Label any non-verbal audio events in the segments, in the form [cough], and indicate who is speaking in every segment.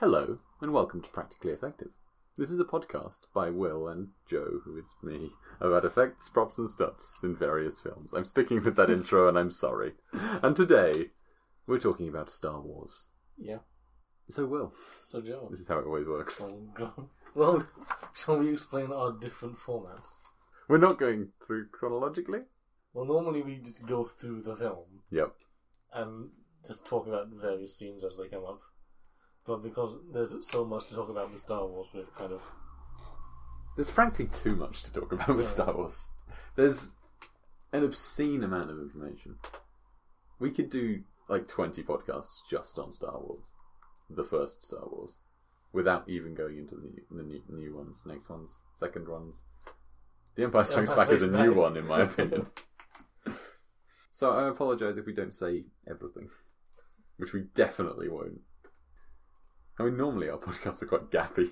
Speaker 1: Hello, and welcome to Practically Effective. This is a podcast by Will and Joe, who is me, about effects, props, and stunts in various films. I'm sticking with that intro, and I'm sorry. And today, we're talking about Star Wars.
Speaker 2: Yeah.
Speaker 1: So, Will,
Speaker 2: So Joe.
Speaker 1: this is how it always works.
Speaker 2: Oh, God. [laughs] Well, shall we explain our different formats?
Speaker 1: We're not going through chronologically.
Speaker 2: Well, normally we just go through the film
Speaker 1: Yep.
Speaker 2: and just talk about various scenes as they come up. But because there's so much to talk about with Star Wars, we've kind of
Speaker 1: There's frankly too much to talk about with
Speaker 2: Yeah.
Speaker 1: Star Wars. There's an obscene amount of information. We could do like 20 podcasts just on Star Wars, the first Star Wars, without even going into the new, the new, new ones, next ones, second ones. The Empire Strikes
Speaker 2: Empire
Speaker 1: Back is a
Speaker 2: Strikes
Speaker 1: new
Speaker 2: Back.
Speaker 1: one, in
Speaker 2: [laughs]
Speaker 1: my opinion. so I apologise if we don't say everything, which we definitely won't. I mean, normally our podcasts are quite gappy.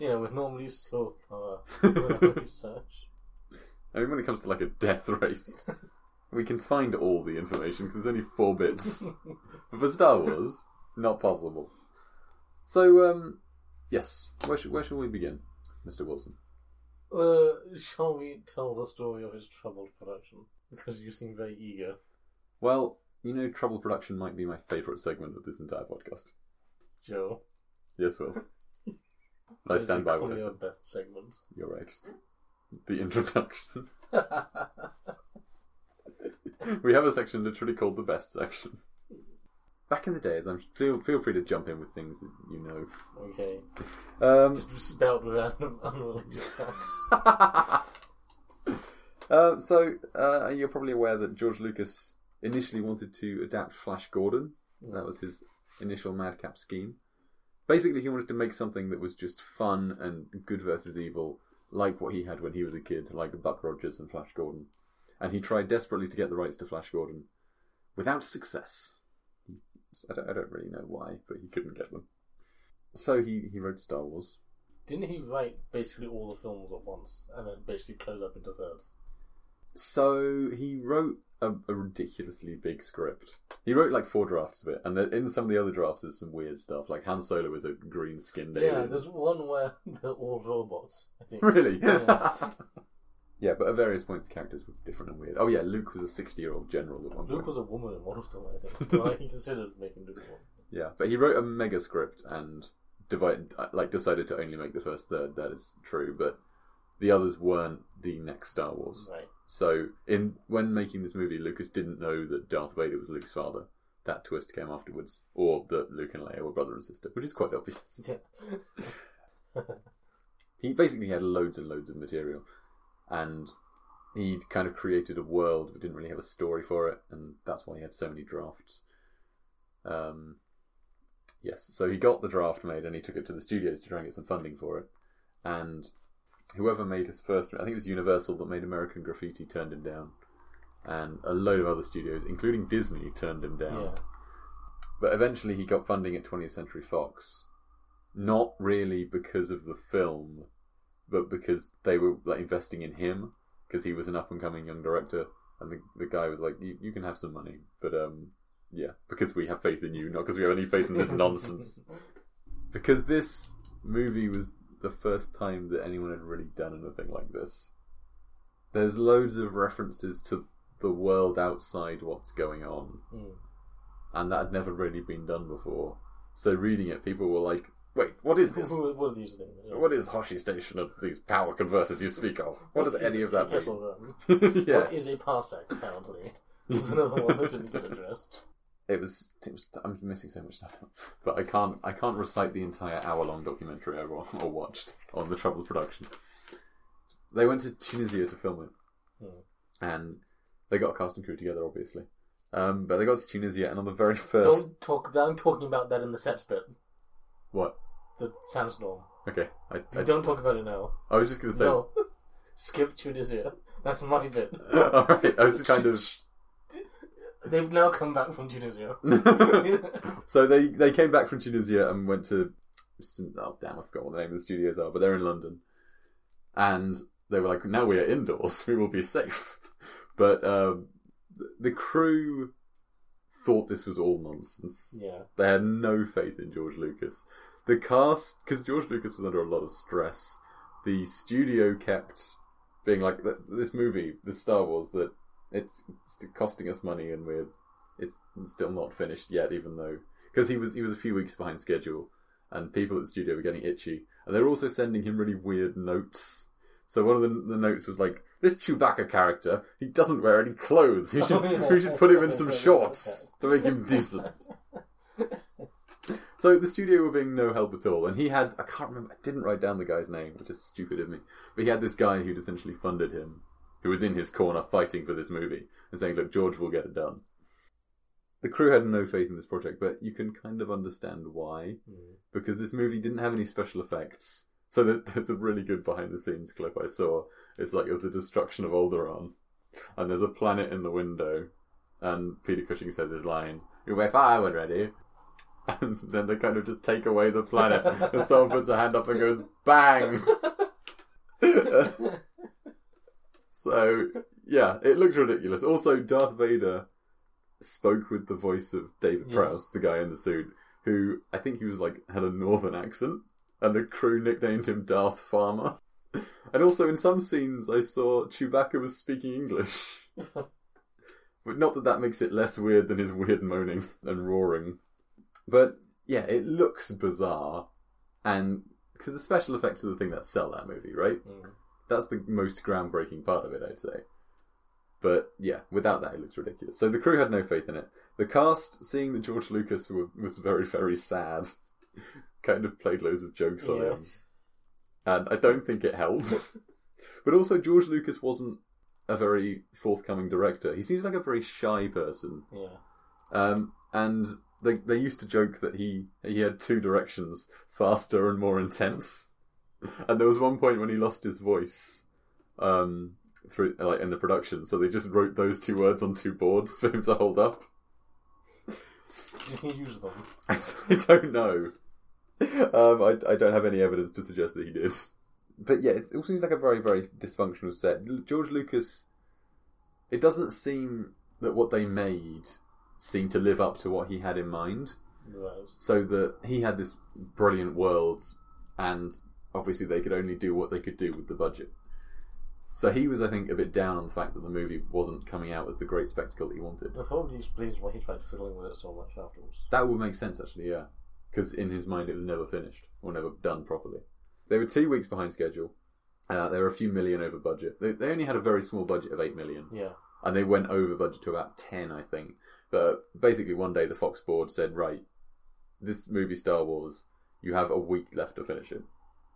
Speaker 2: yeah, we're normally so far with our research.
Speaker 1: I mean, when it comes to like a death race, [laughs] we can find all the information because there's only four bits. but for Star Wars, not possible. So, um, yes, where, sh- where shall we begin, Mr. Wilson?
Speaker 2: Uh, shall we tell the story of his troubled production? Because you seem very eager.
Speaker 1: Well, you know, trouble production might be my favourite segment of this entire podcast.
Speaker 2: Joe.
Speaker 1: Yes, Will. But I stand by what I
Speaker 2: your
Speaker 1: said.
Speaker 2: best segment.
Speaker 1: You're right. The introduction. we have a section literally called the best section. Back in the days, I'm feel feel free to jump in with things that you know.
Speaker 2: okay.
Speaker 1: Um,
Speaker 2: Just spelt random [laughs] unrelated facts.
Speaker 1: [laughs] uh, so uh, you're probably aware that George Lucas initially wanted to adapt Flash Gordon. That was his initial madcap scheme. Basically, he wanted to make something that was just fun and good versus evil, like what he had when he was a kid, like Buck Rogers and Flash Gordon. And he tried desperately to get the rights to Flash Gordon, without success. I don't, I don't really know why, but he couldn't get them. So he, he wrote Star Wars.
Speaker 2: Didn't he write basically all the films at once and then basically close up into thirds?
Speaker 1: So he wrote a, a ridiculously big script. He wrote like four drafts of it, and in some of the other drafts, there's some weird stuff. Like Han Solo is a green skinned
Speaker 2: Yeah,
Speaker 1: alien.
Speaker 2: there's one where [laughs] they're all robots, I think.
Speaker 1: [laughs] really? [laughs]
Speaker 2: Yeah.
Speaker 1: Yeah, but at various points, the characters were different and weird. Oh yeah, Luke was a sixty-year-old general at one
Speaker 2: Luke
Speaker 1: point.
Speaker 2: was a woman in one of them, I think. Well, he considered making Luke one.
Speaker 1: Yeah, but he wrote a mega script and divided, like decided to only make the first third. That is true, but the others weren't the next Star Wars.
Speaker 2: Right.
Speaker 1: So in when making this movie, Lucas didn't know that Darth Vader was Luke's father. That twist came afterwards, or that Luke and Leia were brother and sister, which is quite obvious.
Speaker 2: Yeah.
Speaker 1: He basically had loads and loads of material, and he'd kind of created a world but didn't really have a story for it, and that's why he had so many drafts. Um, yes, so he got the draft made and he took it to the studios to try and get some funding for it, and whoever made his first, I think it was Universal that made American Graffiti, turned him down. And a load of other studios, including Disney, turned him down.
Speaker 2: yeah.
Speaker 1: But eventually he got funding at 20th Century Fox. Not really because of the film, but because they were like investing in him because he was an up and coming young director. And the, the guy was like, you, you can have some money, but um, yeah, because we have faith in you, not because we have any faith in
Speaker 2: [laughs]
Speaker 1: this nonsense. Because this movie was the first time that anyone had really done anything like this. There's loads of references to the world outside what's going on
Speaker 2: Mm.
Speaker 1: and that had never really been done before. So reading it, people were like, "Wait, what is this?
Speaker 2: Who, what are these things?
Speaker 1: What is Hoshi Station and these power converters you speak of? What does any of that
Speaker 2: Is,
Speaker 1: mean?"
Speaker 2: run?
Speaker 1: [laughs] yeah,
Speaker 2: [laughs] What is a parsec,
Speaker 1: [laughs]
Speaker 2: apparently? There's another one that didn't get addressed.
Speaker 1: it was, it was. I'm missing so much stuff, [laughs] but I can't. I can't recite the entire hour-long documentary I wa- or watched on the troubled production. They went to Tunisia to film it,
Speaker 2: Hmm.
Speaker 1: and they got a cast and crew together, obviously. Um, but they got to Tunisia, and on the very [laughs] 1st
Speaker 2: Don't talk. I'm talking about that in the sets bit.
Speaker 1: what?
Speaker 2: The sandstorm.
Speaker 1: Okay, I, I
Speaker 2: Don't talk about it now.
Speaker 1: I was just going to say.
Speaker 2: No. [laughs] Skip Tunisia. That's my bit.
Speaker 1: [laughs] All right, I was just kind of.
Speaker 2: They've now come back
Speaker 1: [laughs]
Speaker 2: from Tunisia.
Speaker 1: so they they came back from Tunisia and went to some, oh damn I forgot what the name of the studios are, but they're in London, and they were like, now [laughs] we are indoors, we will be safe. But um, the uh, crew thought this was all nonsense.
Speaker 2: Yeah.
Speaker 1: They had no faith in George Lucas. The cast, because George Lucas was under a lot of stress, the studio kept being like, "Th- "This movie, the Star Wars, that it's, it's costing us money, and we're it's still not finished yet, even though because he was he was a few weeks behind schedule, and people at the studio were getting itchy, and they were also sending him really weird notes. So one of the, the notes was like, "This Chewbacca character, he doesn't wear any clothes. We should
Speaker 2: Oh, yeah.
Speaker 1: we should put him in some shorts to make him decent." So the studio were being no help at all, and he had I can't remember I didn't write down the guy's name, which is stupid of me. But he had this guy who'd essentially funded him, who was in his corner fighting for this movie, and saying, Look, George will get it done. The crew had no faith in this project, but you can kind of understand why.
Speaker 2: Mm.
Speaker 1: Because this movie didn't have any special effects. So that [laughs] there's a really good behind the scenes clip I saw. It's like of the destruction of Alderaan. And there's a planet in the window. And Peter Cushing says his line, You'll be fine when ready. [laughs] And then they kind of just take away the planet. and someone puts a hand up and goes, Bang! [laughs] So yeah, it looks ridiculous. Also, Darth Vader spoke with the voice of David
Speaker 2: Yes.
Speaker 1: Prowse, the guy in the suit, who I think he was like had a northern accent, and the crew nicknamed him Darth Farmer. [laughs] And also, in some scenes, I saw Chewbacca was speaking English, but not that that makes it less weird than his weird moaning and roaring. But yeah, it looks bizarre, and because the special effects are the thing that sell that movie, right?
Speaker 2: Mm.
Speaker 1: that's the most groundbreaking part of it, I'd say. But yeah, without that, it looks ridiculous. So the crew had no faith in it. The cast, seeing that George Lucas wa- was very, very sad, [laughs] kind of played loads of jokes on
Speaker 2: Yeah.
Speaker 1: him, and I don't think it helped. [laughs] but also, George Lucas wasn't a very forthcoming director. He seems like a very shy person,
Speaker 2: Yeah.
Speaker 1: um, and they they used to joke that he he had two directions, faster and more intense. [laughs] And there was one point when he lost his voice um, through like in the production, so they just wrote those two words on two boards [laughs] for him to hold up.
Speaker 2: Did he [laughs] use them?
Speaker 1: I don't know. Um, I, I don't have any evidence to suggest that he did. But yeah, it's- it all seems like a very, very dysfunctional set. L- George Lucas, it doesn't seem that what they made seemed to live up to what he had in mind.
Speaker 2: Right.
Speaker 1: so that he had this brilliant world and obviously they could only do what they could do with the budget so he was i think a bit down on the fact that the movie wasn't coming out as the great spectacle that he wanted
Speaker 2: That probably explains why he tried fiddling with it so much afterwards.
Speaker 1: that would make sense actually yeah because in his mind it was never finished or never done properly they were two weeks behind schedule uh, they were a few million over budget they, they only had a very small budget of 8 million
Speaker 2: Yeah.
Speaker 1: and they went over budget to about 10 i think but basically one day the fox board said right this movie star wars you have a week left to finish it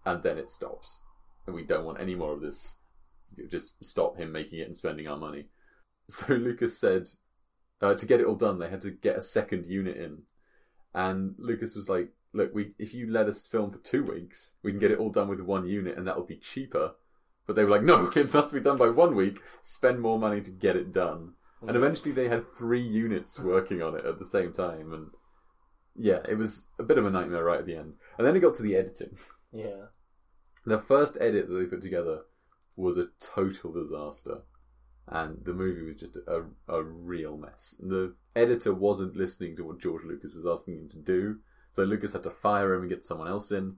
Speaker 1: and then it stops and we don't want any more of this You just stop him making it and spending our money [laughs] so lucas said uh, to get it all done they had to get a second unit in and lucas was like look we if you let us film for two weeks we can get it all done with one unit and that'll be cheaper but they were like, no, [laughs] it must be done by one week. Spend more money to get it done. And eventually they had three units working on it at the same time. And yeah, it was a bit of a nightmare right at the end. And then it got to the editing.
Speaker 2: Yeah. [laughs]
Speaker 1: The first edit that they put together was a total disaster. And the movie was just a, a real mess. The editor wasn't listening to what George Lucas was asking him to do. So Lucas had to fire him and get someone else in.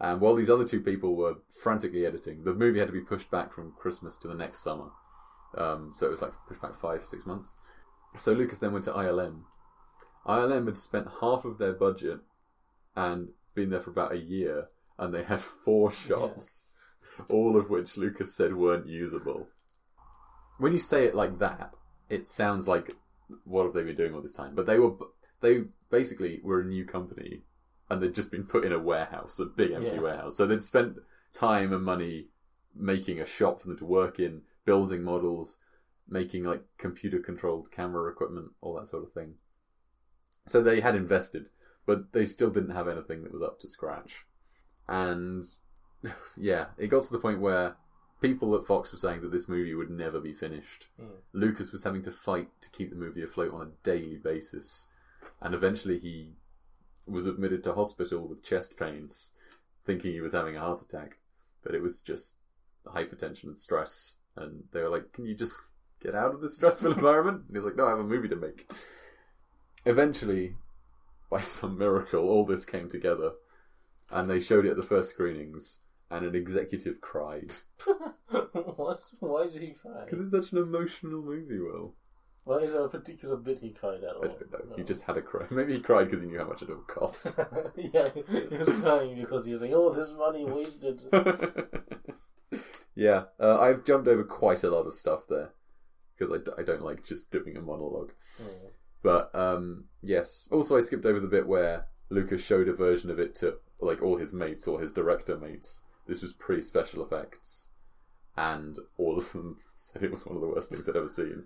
Speaker 1: And while these other two people were frantically editing, the movie had to be pushed back from Christmas to the next summer. Um, so it was like pushed back five, six months. So Lucas then went to ILM. ILM had spent half of their budget and been there for about a year, and they had four shots, all of which Lucas said weren't usable. When you say it like that, it sounds like what have they been doing all this time? But they were they basically were a new company, and they'd just been put in a warehouse, a big empty
Speaker 2: Yeah.
Speaker 1: warehouse. So they'd spent time and money making a shop for them to work in, building models, making like computer controlled camera equipment, all that sort of thing. So they had invested, but they still didn't have anything that was up to scratch. And [sighs] yeah, it got to the point where people at Fox were saying that this movie would never be finished.
Speaker 2: Mm.
Speaker 1: Lucas was having to fight to keep the movie afloat on a daily basis, and eventually he was admitted to hospital with chest pains, thinking he was having a heart attack. But it was just hypertension and stress, [laughs] and they were like, "Can you just get out of this stressful environment?" And he was like, "No, I have a movie to make." eventually, by some miracle, all this came together, and they showed it at the first screenings, and an executive cried
Speaker 2: what? Why did he cry?
Speaker 1: because it's such an emotional movie. Will
Speaker 2: Well, is there a particular bit he cried at?
Speaker 1: I don't know. He just had a cry. [laughs] Maybe he cried because he knew how much it all cost.
Speaker 2: [laughs] yeah, he was crying because he was like, "Oh, this
Speaker 1: [laughs]
Speaker 2: money wasted."
Speaker 1: [laughs] yeah, uh, I've jumped over quite a lot of stuff there because I, d- I don't like just doing a monologue.
Speaker 2: Hmm.
Speaker 1: But um, yes, also I skipped over the bit where Lucas showed a version of it to like all his mates or his director mates. This was pre special effects, and all of them [laughs] said it was one of the worst things I'd ever seen,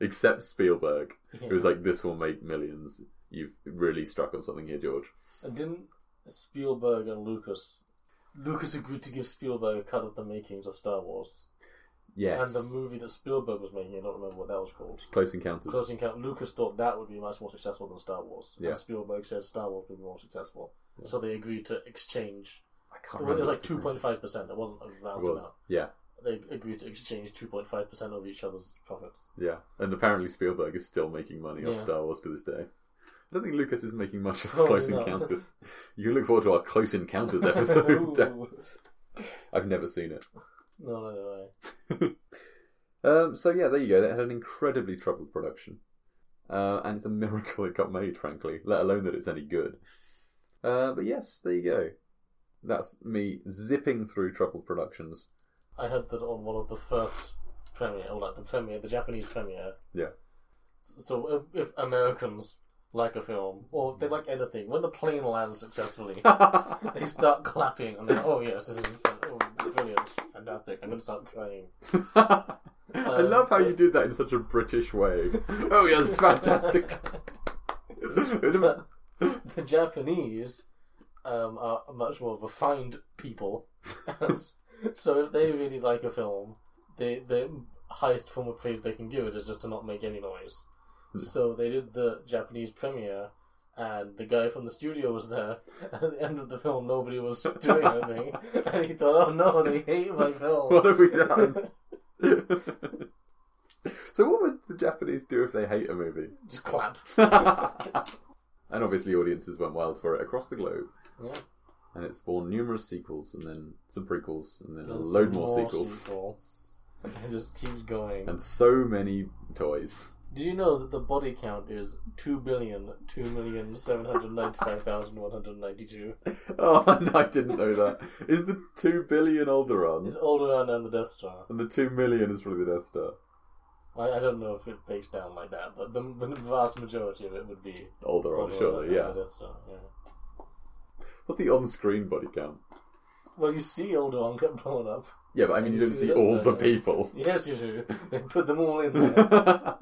Speaker 1: except Spielberg, who was like, "This will make millions. You've really struck on something here, George."
Speaker 2: And didn't Spielberg and Lucas? Lucas agreed to give Spielberg a cut of the makings of Star Wars
Speaker 1: Yes,
Speaker 2: and the movie that Spielberg was making. I don't remember what that was called.
Speaker 1: Close Encounters.
Speaker 2: Close Encounter. Lucas thought that would be much more successful than Star Wars.
Speaker 1: Yeah.
Speaker 2: And Spielberg said Star Wars would be more successful.
Speaker 1: Yeah.
Speaker 2: So they agreed to exchange.
Speaker 1: I
Speaker 2: It
Speaker 1: can't remember.
Speaker 2: was like
Speaker 1: what the
Speaker 2: two
Speaker 1: name-
Speaker 2: point five percent. It wasn't a
Speaker 1: It
Speaker 2: vast amount.
Speaker 1: was yeah,
Speaker 2: They agreed to exchange two point five percent of each other's profits.
Speaker 1: yeah, and apparently Spielberg is still making money off
Speaker 2: Yeah.
Speaker 1: Star Wars to this day. I don't think Lucas is making much of
Speaker 2: Probably
Speaker 1: Close
Speaker 2: not.
Speaker 1: Encounters. [laughs] You can look forward to our Close Encounters [laughs]
Speaker 2: [laughs]
Speaker 1: episode.
Speaker 2: Ooh.
Speaker 1: [laughs] I've never seen it.
Speaker 2: no, no, no.
Speaker 1: Um, so yeah, there you go. That had an incredibly troubled production, uh, and it's a miracle it got made, frankly. Let alone that it's any good. Uh, but yes, there you go. That's me zipping through troubled
Speaker 2: [laughs]
Speaker 1: productions. [laughs]
Speaker 2: I heard that on one of the first premiere, or like the premiere, the Japanese premiere.
Speaker 1: Yeah.
Speaker 2: So if, if Americans like a film, or if they like anything, when the plane lands successfully, they start clapping and they're oh yes, this is fan- oh, brilliant, fantastic. I'm gonna start crying.
Speaker 1: I love how you did that in such a British way. oh yes, fantastic. [laughs]
Speaker 2: But the Japanese um, are much more refined people, [laughs] so if they really like a film, they the highest form of praise they can give it is just to not make any noise. So they did the Japanese premiere, and the guy from the studio was there. [laughs] And at the end of the film, nobody was doing anything, and he thought, "Oh no, they hate my film."
Speaker 1: What
Speaker 2: [laughs]
Speaker 1: have we done? so what would the Japanese do if they hate a movie?
Speaker 2: just clap.
Speaker 1: and obviously, audiences went wild for it across the globe,
Speaker 2: Yeah.
Speaker 1: and it spawned numerous sequels, and then some prequels, and then a
Speaker 2: There's
Speaker 1: load
Speaker 2: some
Speaker 1: more, sequels,
Speaker 2: sequels. It just keeps going.
Speaker 1: and so many toys. [laughs]
Speaker 2: Do you know that the body count is two billion two million seven hundred ninety-five thousand one hundred ninety-two?
Speaker 1: Oh, [laughs] no, I didn't know that. Is the two billion Alderaan,
Speaker 2: It's Alderaan and the Death Star.
Speaker 1: and the two million is probably the Death Star.
Speaker 2: I, I don't know if it breaks down like that, but the, the vast majority of it would be
Speaker 1: Alderaan,
Speaker 2: Alderaan and
Speaker 1: surely, Oh, yeah.
Speaker 2: the Death Star. Yeah.
Speaker 1: What's the on-screen body count?
Speaker 2: Well, you see Alderaan get blown up.
Speaker 1: Yeah, but I mean, you
Speaker 2: You
Speaker 1: don't
Speaker 2: see
Speaker 1: see
Speaker 2: the
Speaker 1: all
Speaker 2: Death
Speaker 1: the
Speaker 2: Star, yeah.
Speaker 1: people.
Speaker 2: Yes, you do. [laughs] They put them all
Speaker 1: [laughs]
Speaker 2: in there.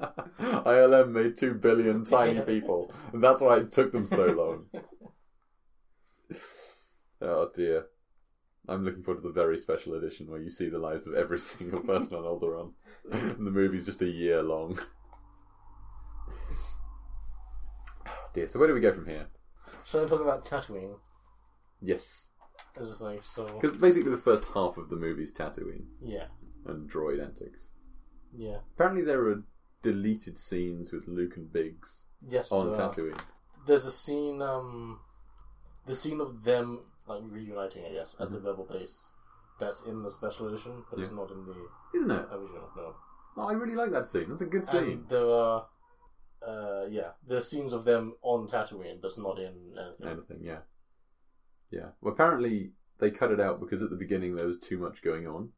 Speaker 1: ILM made two billion tiny
Speaker 2: Yeah.
Speaker 1: people, and that's why it took them so long. oh dear. I'm looking forward to the very special edition where you see the lives of every single person on Alderaan. and the movie's just a year long. Oh dear, so where do we go from here?
Speaker 2: Shall I talk about Tatooine?
Speaker 1: Yes.
Speaker 2: It's just like so.
Speaker 1: Because basically the first half of the movie's Tatooine
Speaker 2: Yeah,
Speaker 1: and droid antics.
Speaker 2: yeah,
Speaker 1: Apparently there are deleted scenes with Luke and Biggs
Speaker 2: yes.
Speaker 1: on
Speaker 2: there are.
Speaker 1: Tatooine.
Speaker 2: There's a scene, um, the scene of them like reuniting, I guess, at the Rebel base. That's in the special edition, but it's
Speaker 1: Mm-hmm. Yeah.
Speaker 2: not in the
Speaker 1: Isn't it?
Speaker 2: original. No.
Speaker 1: Oh, I really like that scene. That's a good
Speaker 2: And there are, uh, yeah, there's scenes of them on Tatooine that's not in anything.
Speaker 1: Anything, yeah. Yeah. Well, apparently they cut it out because at the beginning there was too much going on.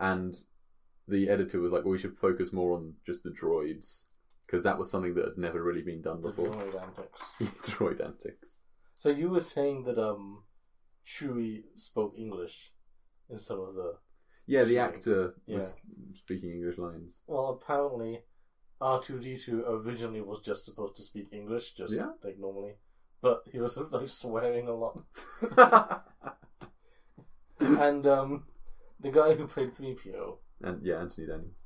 Speaker 1: And the editor was like, well, we should focus more on just the droids. Because that was something that had never really been done
Speaker 2: the
Speaker 1: before.
Speaker 2: droid antics.
Speaker 1: [laughs] Droid antics.
Speaker 2: So you were saying that um, Chewie spoke English in some of the
Speaker 1: Yeah, the
Speaker 2: Jeez.
Speaker 1: actor was speaking English
Speaker 2: [laughs]
Speaker 1: lines.
Speaker 2: Well, apparently, R two D two originally was just supposed to speak English, just
Speaker 1: Yeah.
Speaker 2: like normally, but he was like swearing a lot. and um, the guy who played three PO
Speaker 1: and yeah, Anthony Daniels.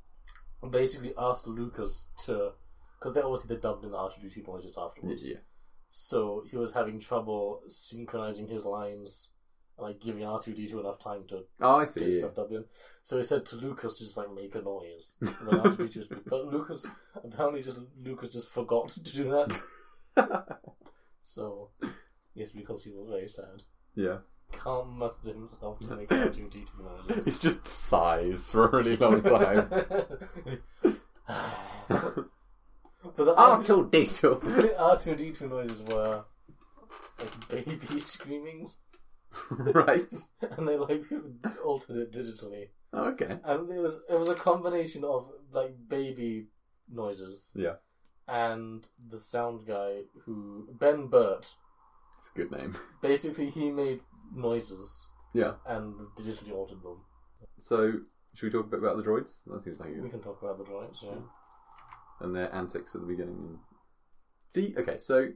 Speaker 2: basically asked Lucas to, because they obviously they dubbed in the R two D two noises afterwards.
Speaker 1: Yeah.
Speaker 2: So he was having trouble synchronizing his lines, like giving R two D two enough time to
Speaker 1: Oh, I
Speaker 2: get
Speaker 1: see. Yeah.
Speaker 2: stuff dubbed in. So he said to Lucas to just like make a noise. And then R2D2 was- but Lucas apparently just Lucas just forgot to do that.
Speaker 1: [laughs]
Speaker 2: So, yes, because he was very sad.
Speaker 1: Yeah.
Speaker 2: Can't muster himself to make a duty to murder.
Speaker 1: [laughs] It's just sighs for a really long time.
Speaker 2: but the R two
Speaker 1: Arto Dato.
Speaker 2: R two D two noises were like baby [laughs] screamings,
Speaker 1: [laughs] right. Oh,
Speaker 2: and they like altered it digitally,
Speaker 1: Okay.
Speaker 2: and it was it was a combination of like baby noises
Speaker 1: Yeah.
Speaker 2: and the sound guy who Ben Burt
Speaker 1: It's a good name.
Speaker 2: basically he made noises
Speaker 1: Yeah.
Speaker 2: and digitally altered them.
Speaker 1: So, should we talk a bit about the droids? That seems like a
Speaker 2: We can talk about the droids, yeah.
Speaker 1: and their antics at the beginning. And do you, okay, so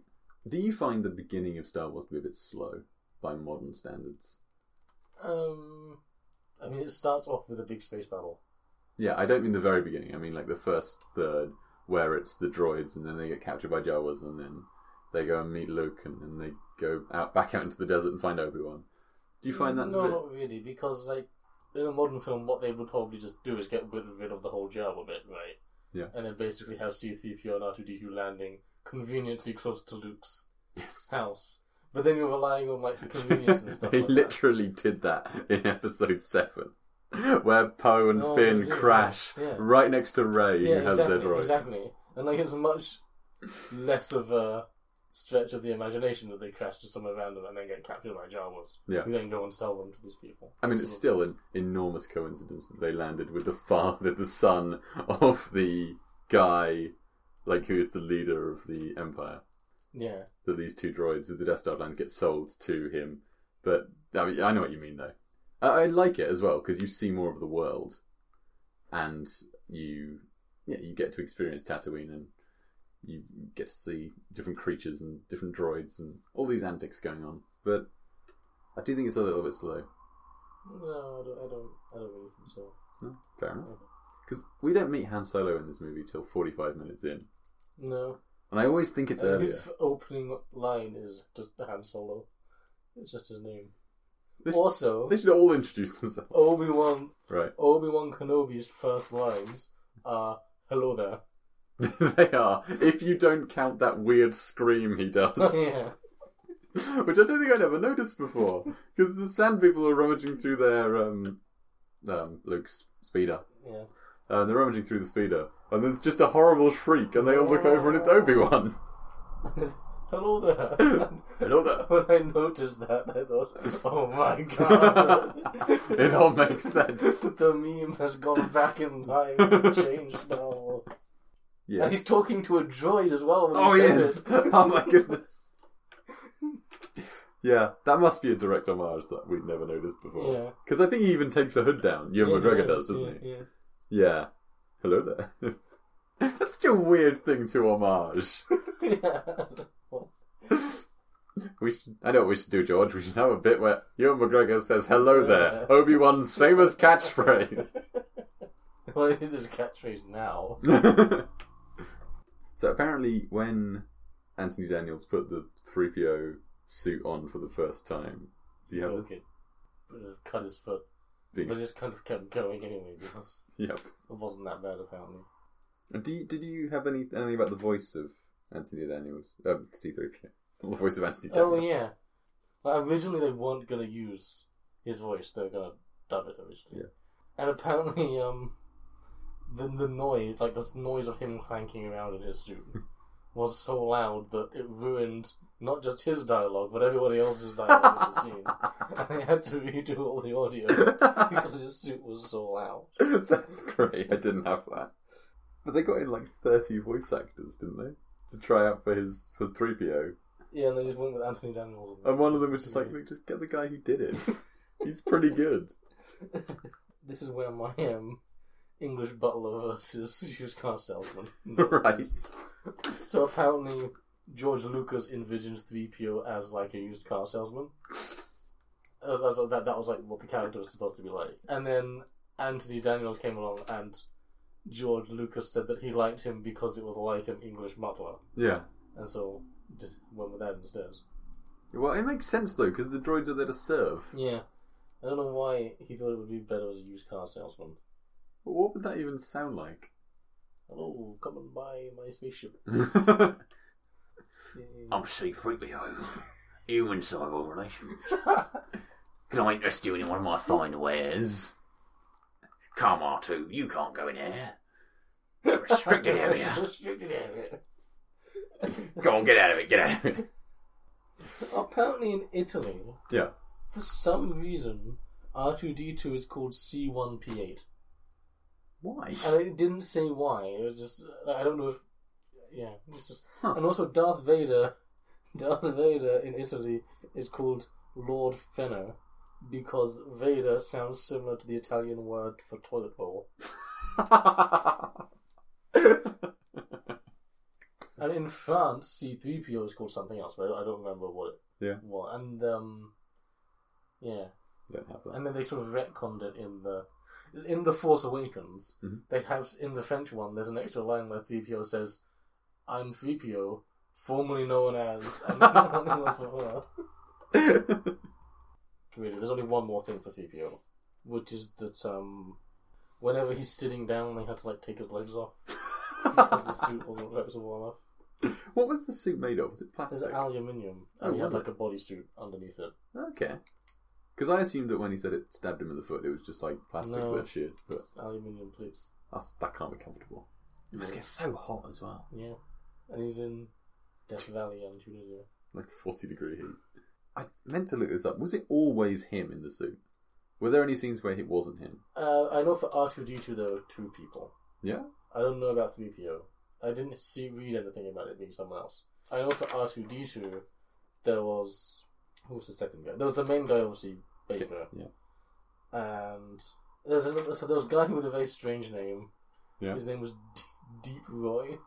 Speaker 1: do you find the beginning of Star Wars to be a bit slow by modern standards?
Speaker 2: Um, I mean, it starts off with a big space battle.
Speaker 1: Yeah, I don't mean the very beginning. I mean like the first third, where it's the droids, and then they get captured by Jawas, and then they go and meet Luke, and then they go out back out into the desert and find Obi Wan. Do you find that's
Speaker 2: no,
Speaker 1: a bit?
Speaker 2: not really, because like in a modern film, what they would probably just do is get rid, rid of the whole Jawa bit, right?
Speaker 1: Yeah.
Speaker 2: And then basically have C-3PO and R2-D2 landing conveniently close to Luke's
Speaker 1: Yes.
Speaker 2: house, but then you're relying
Speaker 1: [laughs]
Speaker 2: on like the convenience and stuff.
Speaker 1: they
Speaker 2: like that.
Speaker 1: literally did that in Episode Seven, where Poe and
Speaker 2: No, they
Speaker 1: Finn
Speaker 2: did,
Speaker 1: crash
Speaker 2: Oh, yeah.
Speaker 1: right next to Ray,
Speaker 2: Yeah,
Speaker 1: who has
Speaker 2: exactly,
Speaker 1: their droid.
Speaker 2: exactly. And like it's a much less of a stretch of the imagination that they crash to somewhere random and then get captured by Jawas.
Speaker 1: Yeah.
Speaker 2: Who then go and sell them to these people.
Speaker 1: I mean, it's still an enormous coincidence that they landed with the father, the son of the guy, like who is the leader of the Empire.
Speaker 2: Yeah.
Speaker 1: That these two droids with the Death Star plans get sold to him. But I, mean, I know what you mean, though. I, I like it as well because you see more of the world, and you, yeah, you get to experience Tatooine, and you get to see different creatures and different droids and all these antics going on. But I do think it's a little bit slow.
Speaker 2: No, I don't. I don't, I don't really think so.
Speaker 1: No, fair enough. Because we don't meet Han Solo in this movie till 45 minutes in.
Speaker 2: No.
Speaker 1: And I always think it's
Speaker 2: And
Speaker 1: earlier.
Speaker 2: His opening line is just Han Solo. It's just his name.
Speaker 1: This-
Speaker 2: also,
Speaker 1: They should all introduce themselves.
Speaker 2: Obi Wan
Speaker 1: Right.
Speaker 2: Obi Wan Kenobi's first lines are "Hello
Speaker 1: [laughs]
Speaker 2: there." [laughs]
Speaker 1: they are. If you don't count that weird scream he
Speaker 2: [laughs]
Speaker 1: does,
Speaker 2: yeah.
Speaker 1: which I don't think I'd ever noticed before. Because the sand people are rummaging through their, um, um, Luke's speeder.
Speaker 2: Yeah.
Speaker 1: Uh, they're rummaging through the speeder. And there's just a horrible shriek, and they all look over, and it's Obi Wan.
Speaker 2: Hello there.
Speaker 1: [laughs]
Speaker 2: [laughs]
Speaker 1: Hello there.
Speaker 2: when I noticed that, I thought,
Speaker 1: [laughs]
Speaker 2: "Oh my god!"
Speaker 1: It all makes sense.
Speaker 2: [laughs] the meme has gone back in time to change Star Wars. And
Speaker 1: [laughs]
Speaker 2: [laughs]
Speaker 1: Yeah.
Speaker 2: he's talking to a droid as well. When
Speaker 1: Oh,
Speaker 2: he
Speaker 1: he
Speaker 2: says
Speaker 1: is.
Speaker 2: It.
Speaker 1: [laughs] oh my goodness. Yeah, that must be a direct homage that we'd never noticed before.
Speaker 2: Yeah.
Speaker 1: Because I think he even takes a hood down. Ewan McGregor does, doesn't he?
Speaker 2: yeah, Yeah.
Speaker 1: Yeah. Hello there. [laughs] That's such a weird thing to homage. [laughs]
Speaker 2: [laughs]
Speaker 1: We should, I know what we should do, George. We should have a bit where Ewan McGregor says hello there, Obi Wan's
Speaker 2: [laughs]
Speaker 1: famous catchphrase. [laughs]
Speaker 2: well, it is his catchphrase now.
Speaker 1: so apparently, when Anthony Daniels put the 3PO suit on for the first time, do you have
Speaker 2: Okay. But it cut his foot.
Speaker 1: this?
Speaker 2: But it just kind of kept going anyway because
Speaker 1: Yep.
Speaker 2: it wasn't that bad apparently.
Speaker 1: And Uh, Do you, did you have any anything about the voice of Anthony Daniels? Um, C3PO. [laughs] The voice of Anthony
Speaker 2: Oh
Speaker 1: Daniels.
Speaker 2: yeah. Like, originally they weren't gonna use his voice, they were gonna dub it originally. And apparently, um the the noise like this noise of him clanking around in his suit was so loud that it ruined not just his dialogue, but everybody else's dialogue in the scene. And they had to redo all the audio
Speaker 1: [laughs]
Speaker 2: [laughs] because his suit was so loud.
Speaker 1: That's great. I didn't have that. But they got in like 30 voice actors, didn't they? To try out for his for 3PO.
Speaker 2: Yeah, and they just went with Anthony Daniels.
Speaker 1: And one of them was just like, "Look, just get the guy who did it. [laughs] He's pretty good. [laughs]
Speaker 2: This is where my um, English butler versus [laughs] used car salesman.
Speaker 1: [laughs] right.
Speaker 2: So apparently, George Lucas envisioned 3PO as like a used car salesman. As, as, that, that was like what the character was supposed to be like. And then Anthony Daniels came along and George Lucas said that he liked him because it was like an English butler.
Speaker 1: Yeah.
Speaker 2: And so just went with that instead.
Speaker 1: Well, it makes sense though, because the droids are there to serve.
Speaker 2: Yeah. I don't know why he thought it would be better as a used car salesman.
Speaker 1: But what would that
Speaker 3: [laughs]
Speaker 1: even sound like? [laughs]
Speaker 2: Hello, come and buy my spaceship.
Speaker 3: I'm C3PO. Human cyborg relations. Can I interest you in one of my fine wares? Come, R2, you can't go in here. It's a restricted
Speaker 2: [laughs]
Speaker 3: area.
Speaker 2: Restricted area.
Speaker 3: Go on, get out of it, get out of it.
Speaker 2: Apparently in Italy,
Speaker 1: [laughs] Yeah.
Speaker 2: for some reason, R2D2 is called C1P8.
Speaker 1: [laughs] Why?
Speaker 2: And it didn't say why. It was just I don't know if yeah. It's just
Speaker 1: Huh.
Speaker 2: and also Darth Vader, [laughs] Darth Vader in Italy is called Lord Fenner because Vader sounds similar to the Italian word for toilet bowl. And in France, C-3PO is called something else, but I don't remember what it
Speaker 1: Yeah.
Speaker 2: was. And um, yeah.
Speaker 1: Don't have that.
Speaker 2: And then they sort of retconned it in the in the Force Awakens.
Speaker 1: Mhm.
Speaker 2: They have in the French one. There's an extra line where 3PO says, "I'm 3PO, formerly known as." And then one was for her. [laughs]
Speaker 3: [laughs]
Speaker 2: Really, there's only one more thing for 3PO, which is that um, whenever he's sitting down, they had to like take his legs off [laughs] because the suit wasn't flexible enough.
Speaker 1: what was the suit made of? Was it
Speaker 2: There's
Speaker 1: plastic?
Speaker 2: aluminium,
Speaker 1: Oh,
Speaker 2: and he had
Speaker 1: was it?
Speaker 2: like a bodysuit underneath it.
Speaker 1: Okay. Because I assumed that when he said it stabbed him in the foot, it was just like plastic
Speaker 2: No.
Speaker 1: that sheared, but
Speaker 2: Aluminium plates.
Speaker 1: that's, that can't be comfortable. It must get so hot as well.
Speaker 2: Yeah, and he's in Death Valley and Tunisia.
Speaker 1: Like 40 degree heat. I meant to look this up. Was it always him in the suit? Were there any scenes where it wasn't him?
Speaker 2: Uh, I know for R two D two there were two people.
Speaker 1: Yeah?
Speaker 2: I don't know about three PO. I didn't see read anything about it being someone else. I know for R two D two there was who was the second guy? There was the main guy, obviously Baker,
Speaker 1: Yeah.
Speaker 2: and there's another. So there was a guy with a very strange name.
Speaker 1: Yeah.
Speaker 2: His name was D- Deep Roy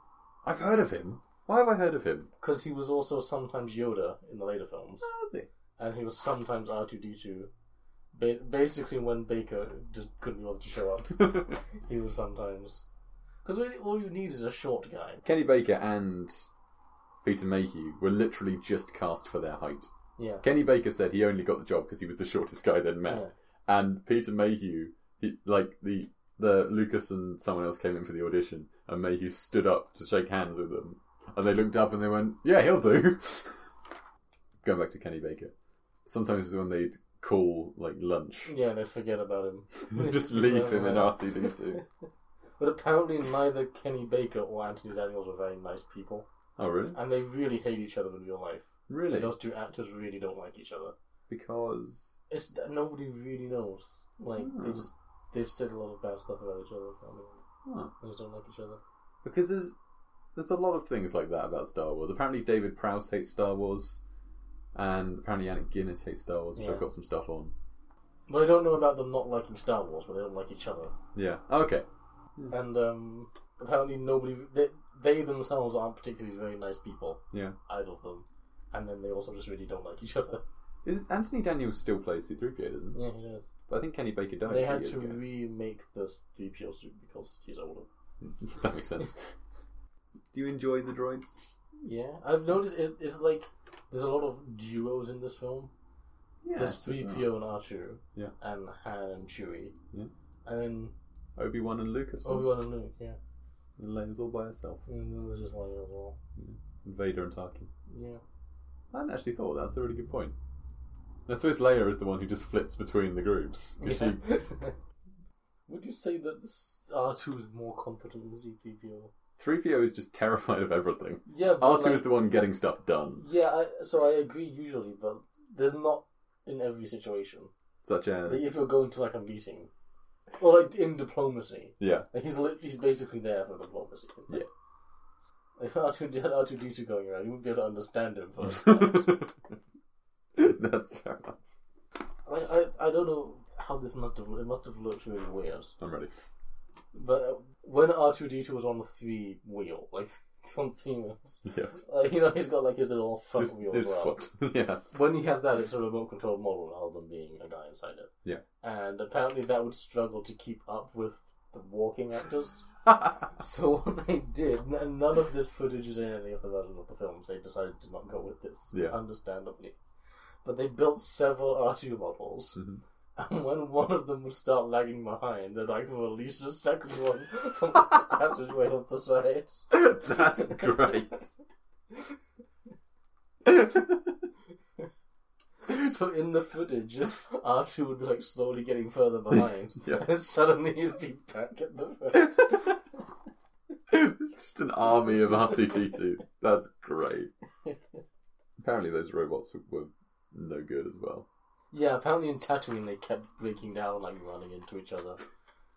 Speaker 1: I've heard of him. Why have I heard of him?
Speaker 2: because he was also sometimes Yoda in the later films, and he was sometimes R two D two. Ba- basically, when Baker just couldn't be bothered to show up.
Speaker 1: [laughs]
Speaker 2: He was sometimes. Because all you need is a short guy.
Speaker 1: Kenny Baker and Peter Mayhew were literally just cast for their height.
Speaker 2: Yeah.
Speaker 1: Kenny Baker said he only got the job because he was the shortest guy they'd met.
Speaker 2: Yeah.
Speaker 1: and Peter Mayhew, he, like the the Lucas and someone else came in for the audition, and Mayhew stood up to shake hands with them, and they looked up and they went, "Yeah, he'll do." [laughs] Going back to Kenny Baker, sometimes when they'd call like lunch, [laughs]
Speaker 2: Yeah, they forget about him.
Speaker 1: they'd just leave him in RTD2.
Speaker 2: But apparently, neither Kenny Baker or Anthony Daniels are very nice people.
Speaker 1: Oh,
Speaker 2: [laughs]
Speaker 1: really?
Speaker 2: And they really hate each other in real life.
Speaker 1: Really?
Speaker 2: Those two actors really don't like each other.
Speaker 1: Because
Speaker 2: It's Nobody really knows. Like, they
Speaker 1: Hmm.
Speaker 2: just. They've said a lot of bad stuff about each other. apparently.
Speaker 1: huh.
Speaker 2: They just don't like each other.
Speaker 1: because there's there's a lot of things like that about Star Wars. Apparently, David Prowse hates Star Wars, and apparently, Annick Guinness hates Star Wars, which
Speaker 2: Yeah.
Speaker 1: I've got some stuff on.
Speaker 2: But I don't know about them not liking Star Wars, but they don't like each other.
Speaker 1: Yeah. Okay.
Speaker 2: And um, apparently, nobody. They, they themselves aren't particularly very nice people.
Speaker 1: Yeah.
Speaker 2: either of them, and then they also just really don't like each other.
Speaker 1: Is Anthony Daniels still plays C-3PO, doesn't he?
Speaker 2: [laughs] Yeah, he does.
Speaker 1: But I think Kenny Baker died.
Speaker 2: They
Speaker 1: a few
Speaker 2: had
Speaker 1: years
Speaker 2: to
Speaker 1: ago.
Speaker 2: remake this 3PO suit because he's older.
Speaker 1: [laughs] that makes sense. [laughs] Do you enjoy the droids?
Speaker 2: Yeah, I've noticed it, it's like there's a lot of duos in this film.
Speaker 1: Yeah.
Speaker 2: there's 3PO and R2,
Speaker 1: Yeah.
Speaker 2: and Han and Chewie,
Speaker 1: Yeah.
Speaker 2: and then
Speaker 1: Obi Wan and Lucas.
Speaker 2: Obi Wan and Luke, yeah,
Speaker 1: And Leia's all by herself.
Speaker 2: and then there's just like as well.
Speaker 1: And Vader and Tarkin.
Speaker 2: Yeah,
Speaker 1: I hadn't actually thought of that. That's a really good point. And I suppose Leia is the one who just flits between the groups. 'cause [laughs]
Speaker 2: yeah.
Speaker 1: she-
Speaker 2: [laughs] Would you say that this R2 is more competent than C3PO?
Speaker 1: 3PO is just terrified of everything.
Speaker 2: Yeah, but
Speaker 1: R2
Speaker 2: like-
Speaker 1: is the one getting stuff done,
Speaker 2: Yeah, I, so I agree usually, but they're not in every situation.
Speaker 1: such as.
Speaker 2: Like if you're going to like a meeting, or like in diplomacy,
Speaker 1: Yeah. [laughs]
Speaker 2: like he's lit he's basically there for diplomacy.
Speaker 1: Yeah.
Speaker 2: Like [laughs] R two had R two D two going around, you wouldn't be able to understand him
Speaker 1: [laughs]
Speaker 2: first.
Speaker 1: That's fair enough.
Speaker 2: like, I I don't know how this must have it must have looked really weird,
Speaker 1: I'm ready.
Speaker 2: but uh, when R two D two was on the three wheel, like [laughs] on three wheels,
Speaker 1: Yeah.
Speaker 2: like, you know he's got like his little front
Speaker 1: His-
Speaker 2: wheel.
Speaker 1: his
Speaker 2: as well.
Speaker 1: foot. [laughs] Yeah.
Speaker 2: when he has that, it's a remote controlled model rather than being a guy inside it.
Speaker 1: Yeah.
Speaker 2: And apparently that would struggle to keep up with the walking actors. [laughs] so what they did, and none of this footage is in any of the version of the films. They decided to not go with this,
Speaker 1: Yeah.
Speaker 2: understandably. But they built several R2 models.
Speaker 1: Mhm.
Speaker 2: And when one of them would start lagging behind, they'd like release
Speaker 1: [laughs]
Speaker 2: a [laughs] second one from the passageway up the side.
Speaker 1: That's great. [laughs]
Speaker 2: [laughs] So in the footage, [laughs] R two would be like slowly getting further behind,
Speaker 1: Yeah.
Speaker 2: and suddenly he'd be back at the first.
Speaker 1: it's just an army of R2D2. That's great. Apparently, those robots were no good as well.
Speaker 2: Yeah, apparently in Tatooine they kept breaking down, like running into each other,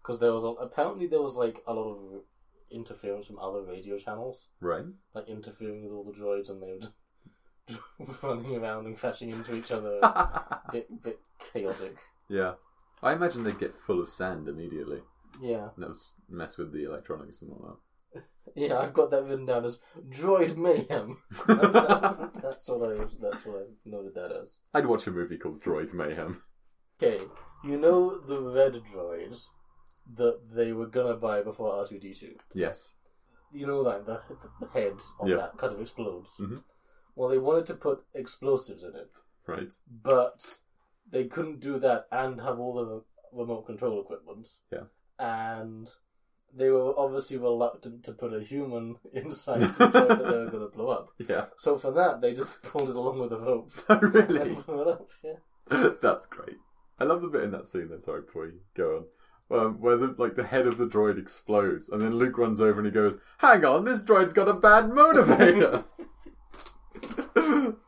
Speaker 2: because there was a, apparently there was like a lot of interference from other radio channels,
Speaker 1: Right?
Speaker 2: like interfering with all the droids, and they would [laughs] running around and crashing into
Speaker 1: [laughs]
Speaker 2: each other. It's a bit bit chaotic.
Speaker 1: [laughs] yeah. I imagine they'd get full of sand immediately.
Speaker 2: Yeah,
Speaker 1: And that would s- mess with the electronics and all
Speaker 2: yeah, I've got that written down as droid mayhem. that's,
Speaker 1: that.
Speaker 2: that's what I that's what I noted that as.
Speaker 1: I'd watch a movie called Droid Mayhem. [laughs]
Speaker 2: Okay, you know the red droid that they were gonna buy before R two D two.
Speaker 1: Yes.
Speaker 2: You know, like the, the head on
Speaker 1: Yeah.
Speaker 2: that kind of explodes.
Speaker 1: Mhm.
Speaker 2: Well, they wanted to put explosives in it,
Speaker 1: Right.
Speaker 2: but they couldn't do that and have all the re- remote control equipment.
Speaker 1: Yeah.
Speaker 2: and they were obviously reluctant to put a human [laughs]
Speaker 1: [laughs]
Speaker 2: inside the droid that they were gonna blow up.
Speaker 1: Yeah. [laughs]
Speaker 2: So for that, they just [laughs] pulled it along with a rope. [laughs]
Speaker 1: really? [laughs]
Speaker 2: And blew it up, yeah.
Speaker 1: That's great. I love the bit in that scene. That's sorry before you go on, um, where the, like the head of the droid explodes, and then Luke runs over and he goes, "Hang on, this droid's got a bad motivator."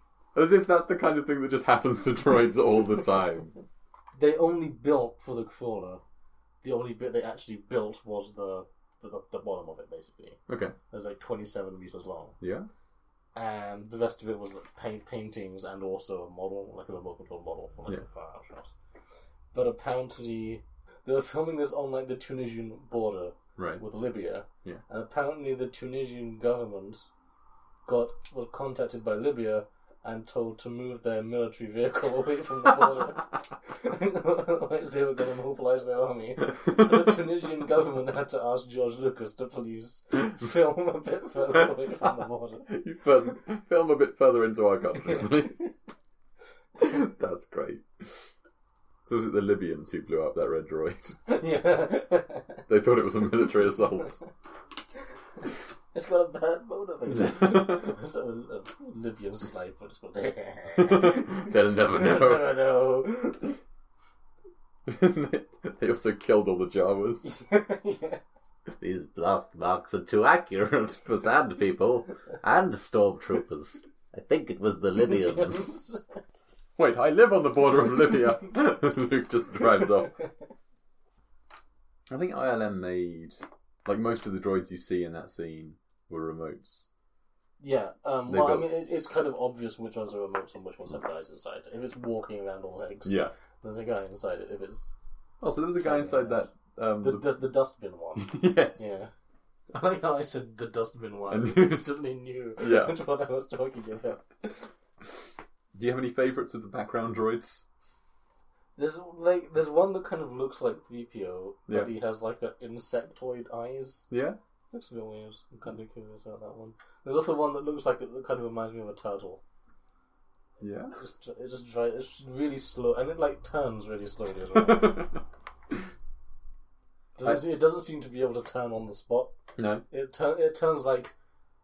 Speaker 1: [laughs] As if that's the kind of thing that just happens to droids all the time.
Speaker 2: they only built for the crawler. The only bit they actually built was the the, the bottom of it, basically.
Speaker 1: Okay.
Speaker 2: It was like 27 meters long,
Speaker 1: Yeah.
Speaker 2: and the rest of it was like paint paintings and also a model, like a remote control model for like
Speaker 1: Yeah.
Speaker 2: a firehouse house. But apparently, they were filming this on like the Tunisian border
Speaker 1: Right.
Speaker 2: with Libya,
Speaker 1: Yeah.
Speaker 2: and apparently the Tunisian government got was contacted by Libya and told to move their military vehicle [laughs] away from the border. [laughs] Otherwise, they were going to mobilize their army. So the Tunisian government had to ask George Lucas to please film a bit further away from the border.
Speaker 1: you film, film a bit further into
Speaker 3: [laughs]
Speaker 1: our country, please. that's great. So was it the Libyans who blew up that red droid? [laughs]
Speaker 2: yeah.
Speaker 1: They thought it was a military assault. [laughs]
Speaker 2: [laughs] It's got a bad motivator. It's a, a Libyan sniper. It's got.
Speaker 1: [laughs] They'll never know.
Speaker 2: [laughs]
Speaker 1: [laughs]
Speaker 2: no.
Speaker 1: they also killed all the Jawas.
Speaker 2: yeah.
Speaker 3: These blast marks are too accurate for sand people and stormtroopers. I think it was the
Speaker 2: [laughs]
Speaker 3: Libyans.
Speaker 1: Wait, I live on the border of Libya. [laughs] Luke just drives off. I think ILM made like most of the droids you see in that scene were remotes.
Speaker 2: Yeah, um,
Speaker 1: They
Speaker 2: well, I
Speaker 1: built-
Speaker 2: mean, it, it's kind of obvious which ones are remotes and which ones have guys inside. If it's walking around on legs, there's a guy inside it. If it's
Speaker 1: Oh, so there was a guy inside that. Um,
Speaker 2: the the, the
Speaker 1: [laughs]
Speaker 2: dustbin one,
Speaker 1: the- yes.
Speaker 2: yeah. I like how I said the dustbin one. [laughs]
Speaker 1: And-
Speaker 2: And you instantly knew
Speaker 1: Yeah.
Speaker 2: [laughs] which one I was talking about.
Speaker 1: Do you have any favourites of the background droids?
Speaker 2: There's like there's one that kind of looks like three PO,
Speaker 1: Yeah.
Speaker 2: but he has like a insectoid eyes.
Speaker 1: Yeah.
Speaker 2: Looks a bit weird. I'm kind of curious about that one. There's also one that looks like it that kind of reminds me of a turtle.
Speaker 1: Yeah. [laughs]
Speaker 2: It just it just dri It's really slow, and it like turns really slowly as
Speaker 1: [laughs]
Speaker 2: well.
Speaker 1: no.
Speaker 2: Does it, it doesn't seem to be able to turn on the spot. It turn, it turns like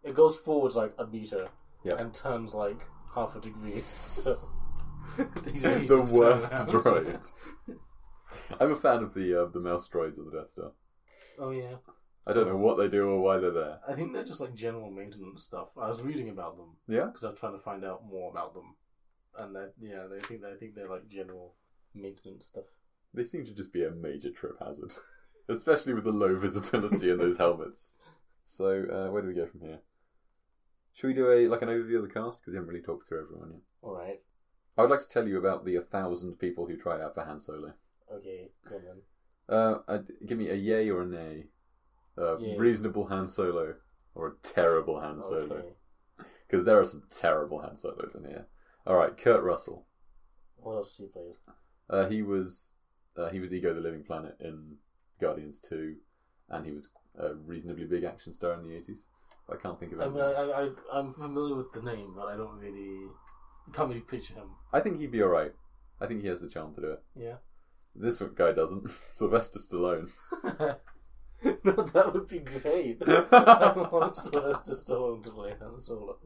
Speaker 2: it goes forwards like a meter,
Speaker 1: Yeah.
Speaker 2: and turns like half a degree. [laughs] So
Speaker 1: [laughs]
Speaker 2: it's easy to
Speaker 1: the
Speaker 2: turn
Speaker 1: worst
Speaker 2: around.
Speaker 1: droid. I'm a fan of the uh, the mouse droids of the Death Star.
Speaker 2: Oh yeah,
Speaker 1: I don't know what they do or why they're there.
Speaker 2: I think they're just like general maintenance stuff. I was reading about them
Speaker 1: Yeah.
Speaker 2: because I was trying to find out more about them, and that yeah, they think I think they're like general maintenance stuff.
Speaker 1: They seem to just be a major trip hazard, [laughs] especially with the low visibility in those helmets. So uh, where do we go from here? Should we do a like an overview of the cast because we haven't really talked through everyone yet?
Speaker 2: All right,
Speaker 1: I would like to tell you about the thousand people who tried out for Han Solo.
Speaker 2: okay, go on then.
Speaker 1: Uh, i give me a yay or a nay. Uh,
Speaker 2: Yay.
Speaker 1: Reasonable Han Solo or a terrible Han Solo
Speaker 2: Okay.
Speaker 1: because there are some terrible Han Solos in here. All right, Kurt Russell.
Speaker 2: What else do you play?
Speaker 1: Uh, he was uh, he was Ego the Living Planet in Guardians Two, and he was a reasonably big action star in the eighties. I can't think of
Speaker 2: I
Speaker 1: anything.
Speaker 2: mean, I, I, I, I'm familiar with the name, but I don't really can't really picture him.
Speaker 1: I think he'd be all right. I think he has the charm to do it.
Speaker 2: Yeah.
Speaker 1: [laughs]
Speaker 2: [laughs]
Speaker 1: This one guy doesn't. Sylvester Stallone.
Speaker 2: no, that would be
Speaker 1: [laughs]
Speaker 2: great. I want Sylvester Stallone to play Han Solo.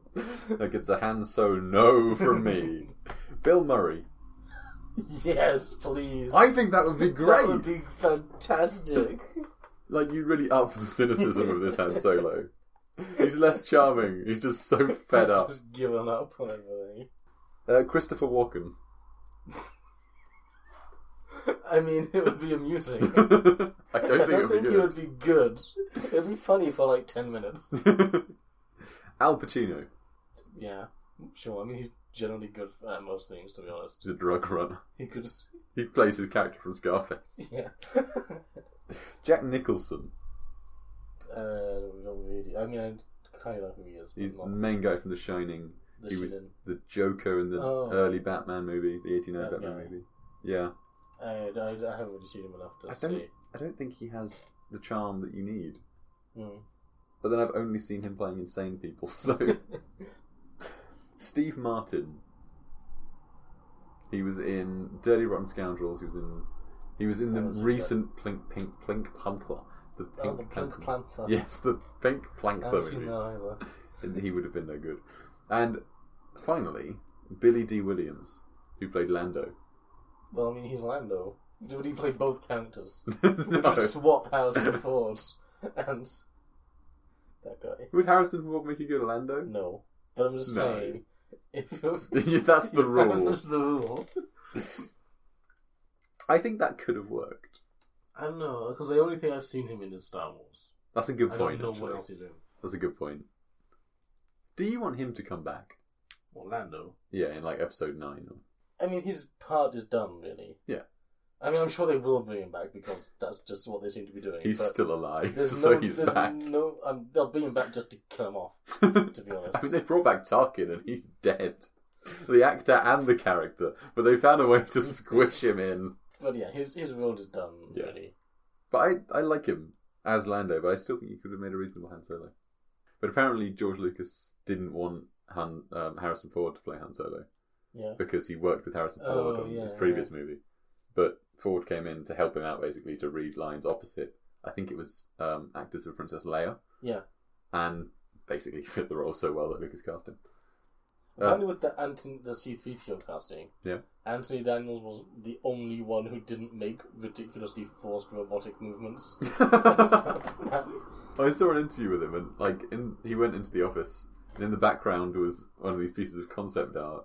Speaker 1: Like it's a Han So no from me.
Speaker 2: [laughs]
Speaker 1: Bill Murray.
Speaker 2: Yes, please.
Speaker 1: I think that would be great.
Speaker 2: That would be fantastic.
Speaker 1: Like you really up the cynicism of this Han Solo. He's less charming. He's just so [laughs] fed
Speaker 2: He's [laughs]
Speaker 1: up.
Speaker 2: Just given up on everything.
Speaker 1: Uh, Christopher Walken. [laughs]
Speaker 2: I mean, it would be
Speaker 1: [laughs] I
Speaker 2: amusing.
Speaker 1: don't think
Speaker 2: I
Speaker 1: it
Speaker 2: don't
Speaker 1: would
Speaker 2: think
Speaker 1: be
Speaker 2: it would
Speaker 1: good.
Speaker 2: be good. It'd be funny for like ten minutes.
Speaker 1: [laughs] Al Pacino.
Speaker 2: Yeah, sure. I mean, he's generally good at most things, to be honest.
Speaker 1: He's a drug runner.
Speaker 2: He could,
Speaker 1: He plays his character from Scarface.
Speaker 2: [laughs] yeah.
Speaker 1: [laughs] Jack Nicholson.
Speaker 2: uh, not really. I mean, I kind of know who he is.
Speaker 1: He's
Speaker 2: But
Speaker 1: the
Speaker 2: not
Speaker 1: main guy from The Shining.
Speaker 2: the
Speaker 1: he was
Speaker 2: Shining.
Speaker 1: the Joker in the
Speaker 2: Oh.
Speaker 1: early Batman movie, the 89
Speaker 2: That
Speaker 1: Batman
Speaker 2: guy.
Speaker 1: movie. Yeah.
Speaker 2: I, I, I haven't really seen him enough to
Speaker 1: I don't-
Speaker 2: see.
Speaker 1: I don't think he has the charm that you need.
Speaker 2: Mm.
Speaker 1: But then I've only seen him playing insane people, [laughs]
Speaker 2: [laughs]
Speaker 1: so. Steve Martin. He was in Dirty Rotten Scoundrels. He was in. He was in the
Speaker 2: That was a
Speaker 1: recent Plink Pink Plink Panther. The Pink
Speaker 2: Oh, the Pink
Speaker 1: Panther.
Speaker 2: Panther.
Speaker 1: Yes, the Pink
Speaker 2: I haven't
Speaker 1: Plankler
Speaker 2: seen that
Speaker 1: movies.
Speaker 2: either.
Speaker 1: And he would have been no good. And finally, Billy D. Williams, who played Lando. [laughs]
Speaker 2: Well, I mean, he's Lando. Would he play
Speaker 1: [laughs]
Speaker 2: both characters? Would
Speaker 1: no.
Speaker 2: he
Speaker 1: [laughs]
Speaker 2: swap Harrison Ford and that guy?
Speaker 1: Would Harrison Ford make you go to Lando?
Speaker 2: [laughs] No, but I'm just
Speaker 1: No.
Speaker 2: saying.
Speaker 1: [laughs]
Speaker 2: If you-
Speaker 1: That's the
Speaker 2: [laughs]
Speaker 1: rule.
Speaker 2: That's the rule.
Speaker 1: I think that could have worked.
Speaker 2: I don't know because the only thing I've seen him in is Star Wars.
Speaker 1: That's a good
Speaker 2: I
Speaker 1: point.
Speaker 2: don't know
Speaker 1: actually.
Speaker 2: what else he's in.
Speaker 1: That's a good point. Do you want him to come back?
Speaker 2: Orlando.
Speaker 1: Yeah, in like episode nine.
Speaker 2: I mean, his part is done, really.
Speaker 1: Yeah.
Speaker 2: I mean, I'm sure they will bring him back because that's just what they seem to be doing.
Speaker 1: He's
Speaker 2: but
Speaker 1: still alive,
Speaker 2: there's
Speaker 1: [laughs] so
Speaker 2: no-
Speaker 1: he's
Speaker 2: there's
Speaker 1: back.
Speaker 2: No, um, they'll bring him back just to kill
Speaker 1: [laughs]
Speaker 2: him off. To be honest,
Speaker 1: I mean, they brought back Tarkin and he's dead. The actor and the character, but they found a way to squish him in.
Speaker 2: but yeah, his his role is done,
Speaker 1: Yeah.
Speaker 2: really.
Speaker 1: But I, I like him as Lando, but I still think he could have made a reasonable Han Solo. But apparently, George Lucas didn't want Han, um, Harrison Ford to play Han Solo
Speaker 2: Yeah.
Speaker 1: because he worked with Harrison Ford
Speaker 2: Oh,
Speaker 1: on
Speaker 2: yeah,
Speaker 1: his
Speaker 2: yeah.
Speaker 1: previous movie. But Ford came in to help him out, basically, to read lines opposite. I think it was um, actors for Princess Leia,
Speaker 2: Yeah.
Speaker 1: and basically [laughs] fit the role so well that Lucas cast
Speaker 2: [laughs]
Speaker 1: him. [laughs]
Speaker 2: Apparently, with the Anthony, the C3PO casting,
Speaker 1: Uh, Yeah.
Speaker 2: Anthony Daniels was the only one who didn't make ridiculously forced
Speaker 1: [laughs]
Speaker 2: robotic movements. [laughs]
Speaker 1: I saw an interview with him, and like, in, he went into the office, and in the background was one of these pieces of concept art.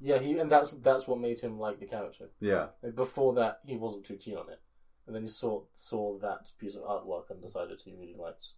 Speaker 2: yeah, he and that's that's what made him like the character.
Speaker 1: Yeah,
Speaker 2: Like, Before that, he wasn't too keen on it, and then he saw saw that piece of artwork and decided he really liked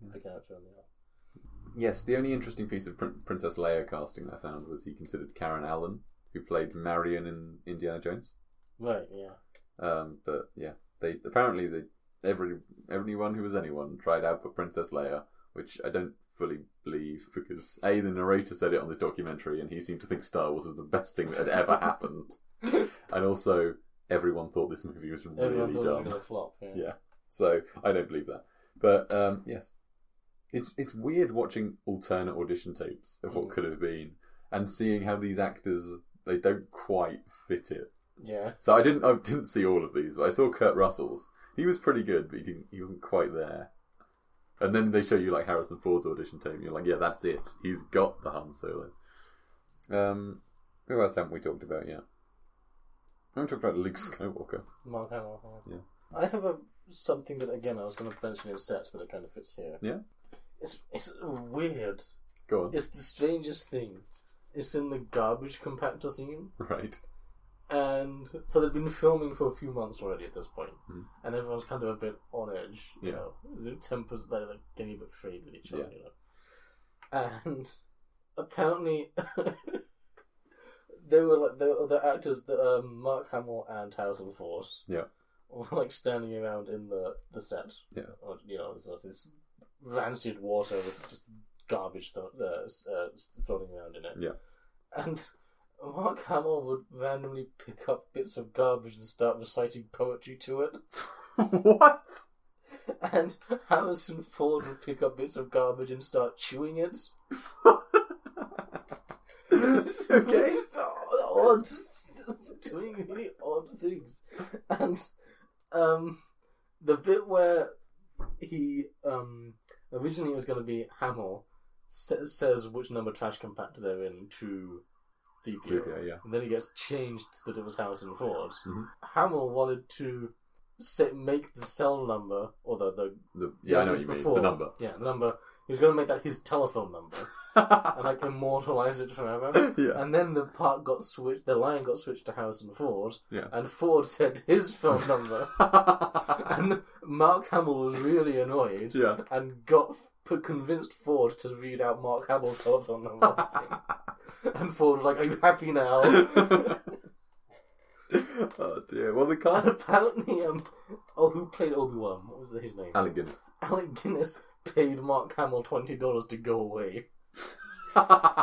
Speaker 1: Hmm.
Speaker 2: the character and the art.
Speaker 1: Yes, the only interesting piece of Prin- Princess Leia casting I found was he considered Karen Allen, who played Marion in Indiana Jones.
Speaker 2: Right? Yeah.
Speaker 1: Um, but yeah, they apparently they every everyone who was anyone tried out for Princess Leia, which I don't fully believe because a the narrator said it on this documentary, and he seemed to think Star Wars was the best thing that had
Speaker 2: [laughs]
Speaker 1: ever happened, and also everyone thought this movie was
Speaker 2: Everyone
Speaker 1: really
Speaker 2: thought it was
Speaker 1: dumb.
Speaker 2: going to flop. Yeah.
Speaker 1: Yeah. So I don't believe that. But um, yes, it's it's weird watching alternate audition tapes of what could have been and seeing how these actors they don't quite fit it.
Speaker 2: Yeah.
Speaker 1: So I didn't I didn't see all of these. But I saw Kurt Russell's. He was pretty good, but he didn't he wasn't quite there. And then they show you like Harrison Ford's audition tape. And you're like, yeah, that's it. He's got the Han Solo. Um, who else haven't we talked about yet? I haven't talked about Luke Skywalker.
Speaker 2: Mark Hamill. yeah.
Speaker 1: Yeah.
Speaker 2: I have a something that again I was going to mention in sets, but it kind of fits here.
Speaker 1: Yeah.
Speaker 2: It's it's weird.
Speaker 1: Go on.
Speaker 2: It's the strangest thing. It's in the garbage compactor scene,
Speaker 1: Right. [laughs]
Speaker 2: and so they've been filming for a few months already at this point,
Speaker 1: Mhm.
Speaker 2: and everyone's kind of a bit on edge. You
Speaker 1: Yeah.
Speaker 2: know, the tempers they're like getting a bit frayed with each other.
Speaker 1: Yeah.
Speaker 2: You know, and apparently. [laughs] They were like the, the actors, the, um, Mark Hamill and Harrison Ford,
Speaker 1: Yeah.
Speaker 2: were like standing around in the the set.
Speaker 1: Yeah.
Speaker 2: Or, you know, there's this rancid water with just garbage th- uh, s- uh, floating around in it.
Speaker 1: Yeah.
Speaker 2: And Mark Hamill would randomly pick up bits of garbage and start reciting poetry to it,
Speaker 1: what?
Speaker 2: and Harrison Ford would pick up bits of garbage and start chewing it.
Speaker 1: okay.
Speaker 2: It's odd, [laughs] doing really odd things, and um, the bit where he um, originally it was going to be Hamill sa- says which number trash compactor they're in to DPO,
Speaker 1: Yeah, yeah.
Speaker 2: and then it gets changed that it was Harrison Ford.
Speaker 1: Mhm.
Speaker 2: Hamill wanted to set, make the cell number or the the
Speaker 1: The, yeah, I know
Speaker 2: it
Speaker 1: what
Speaker 2: was
Speaker 1: you mean.
Speaker 2: before.
Speaker 1: The
Speaker 2: [laughs]
Speaker 1: number.
Speaker 2: yeah the number he was going to make that his telephone
Speaker 1: [laughs]
Speaker 2: number and like immortalize it forever. [laughs]
Speaker 1: yeah.
Speaker 2: And then the part got switched. The line got switched to Harrison Ford.
Speaker 1: Yeah.
Speaker 2: And Ford said his phone
Speaker 1: [laughs]
Speaker 2: number. and Mark Hamill was really annoyed [laughs]
Speaker 1: yeah.
Speaker 2: and got put convinced Ford to read out Mark Hamill's telephone
Speaker 1: [laughs]
Speaker 2: number. on the thing. and Ford was like, "Are you happy now?"
Speaker 1: oh dear. Well, the
Speaker 2: and
Speaker 1: cast.
Speaker 2: apparently, um, oh, who played Obi Wan? What was his name?
Speaker 1: Alec Guinness.
Speaker 2: Alec Guinness paid Mark Hamill twenty dollars to go away [laughs]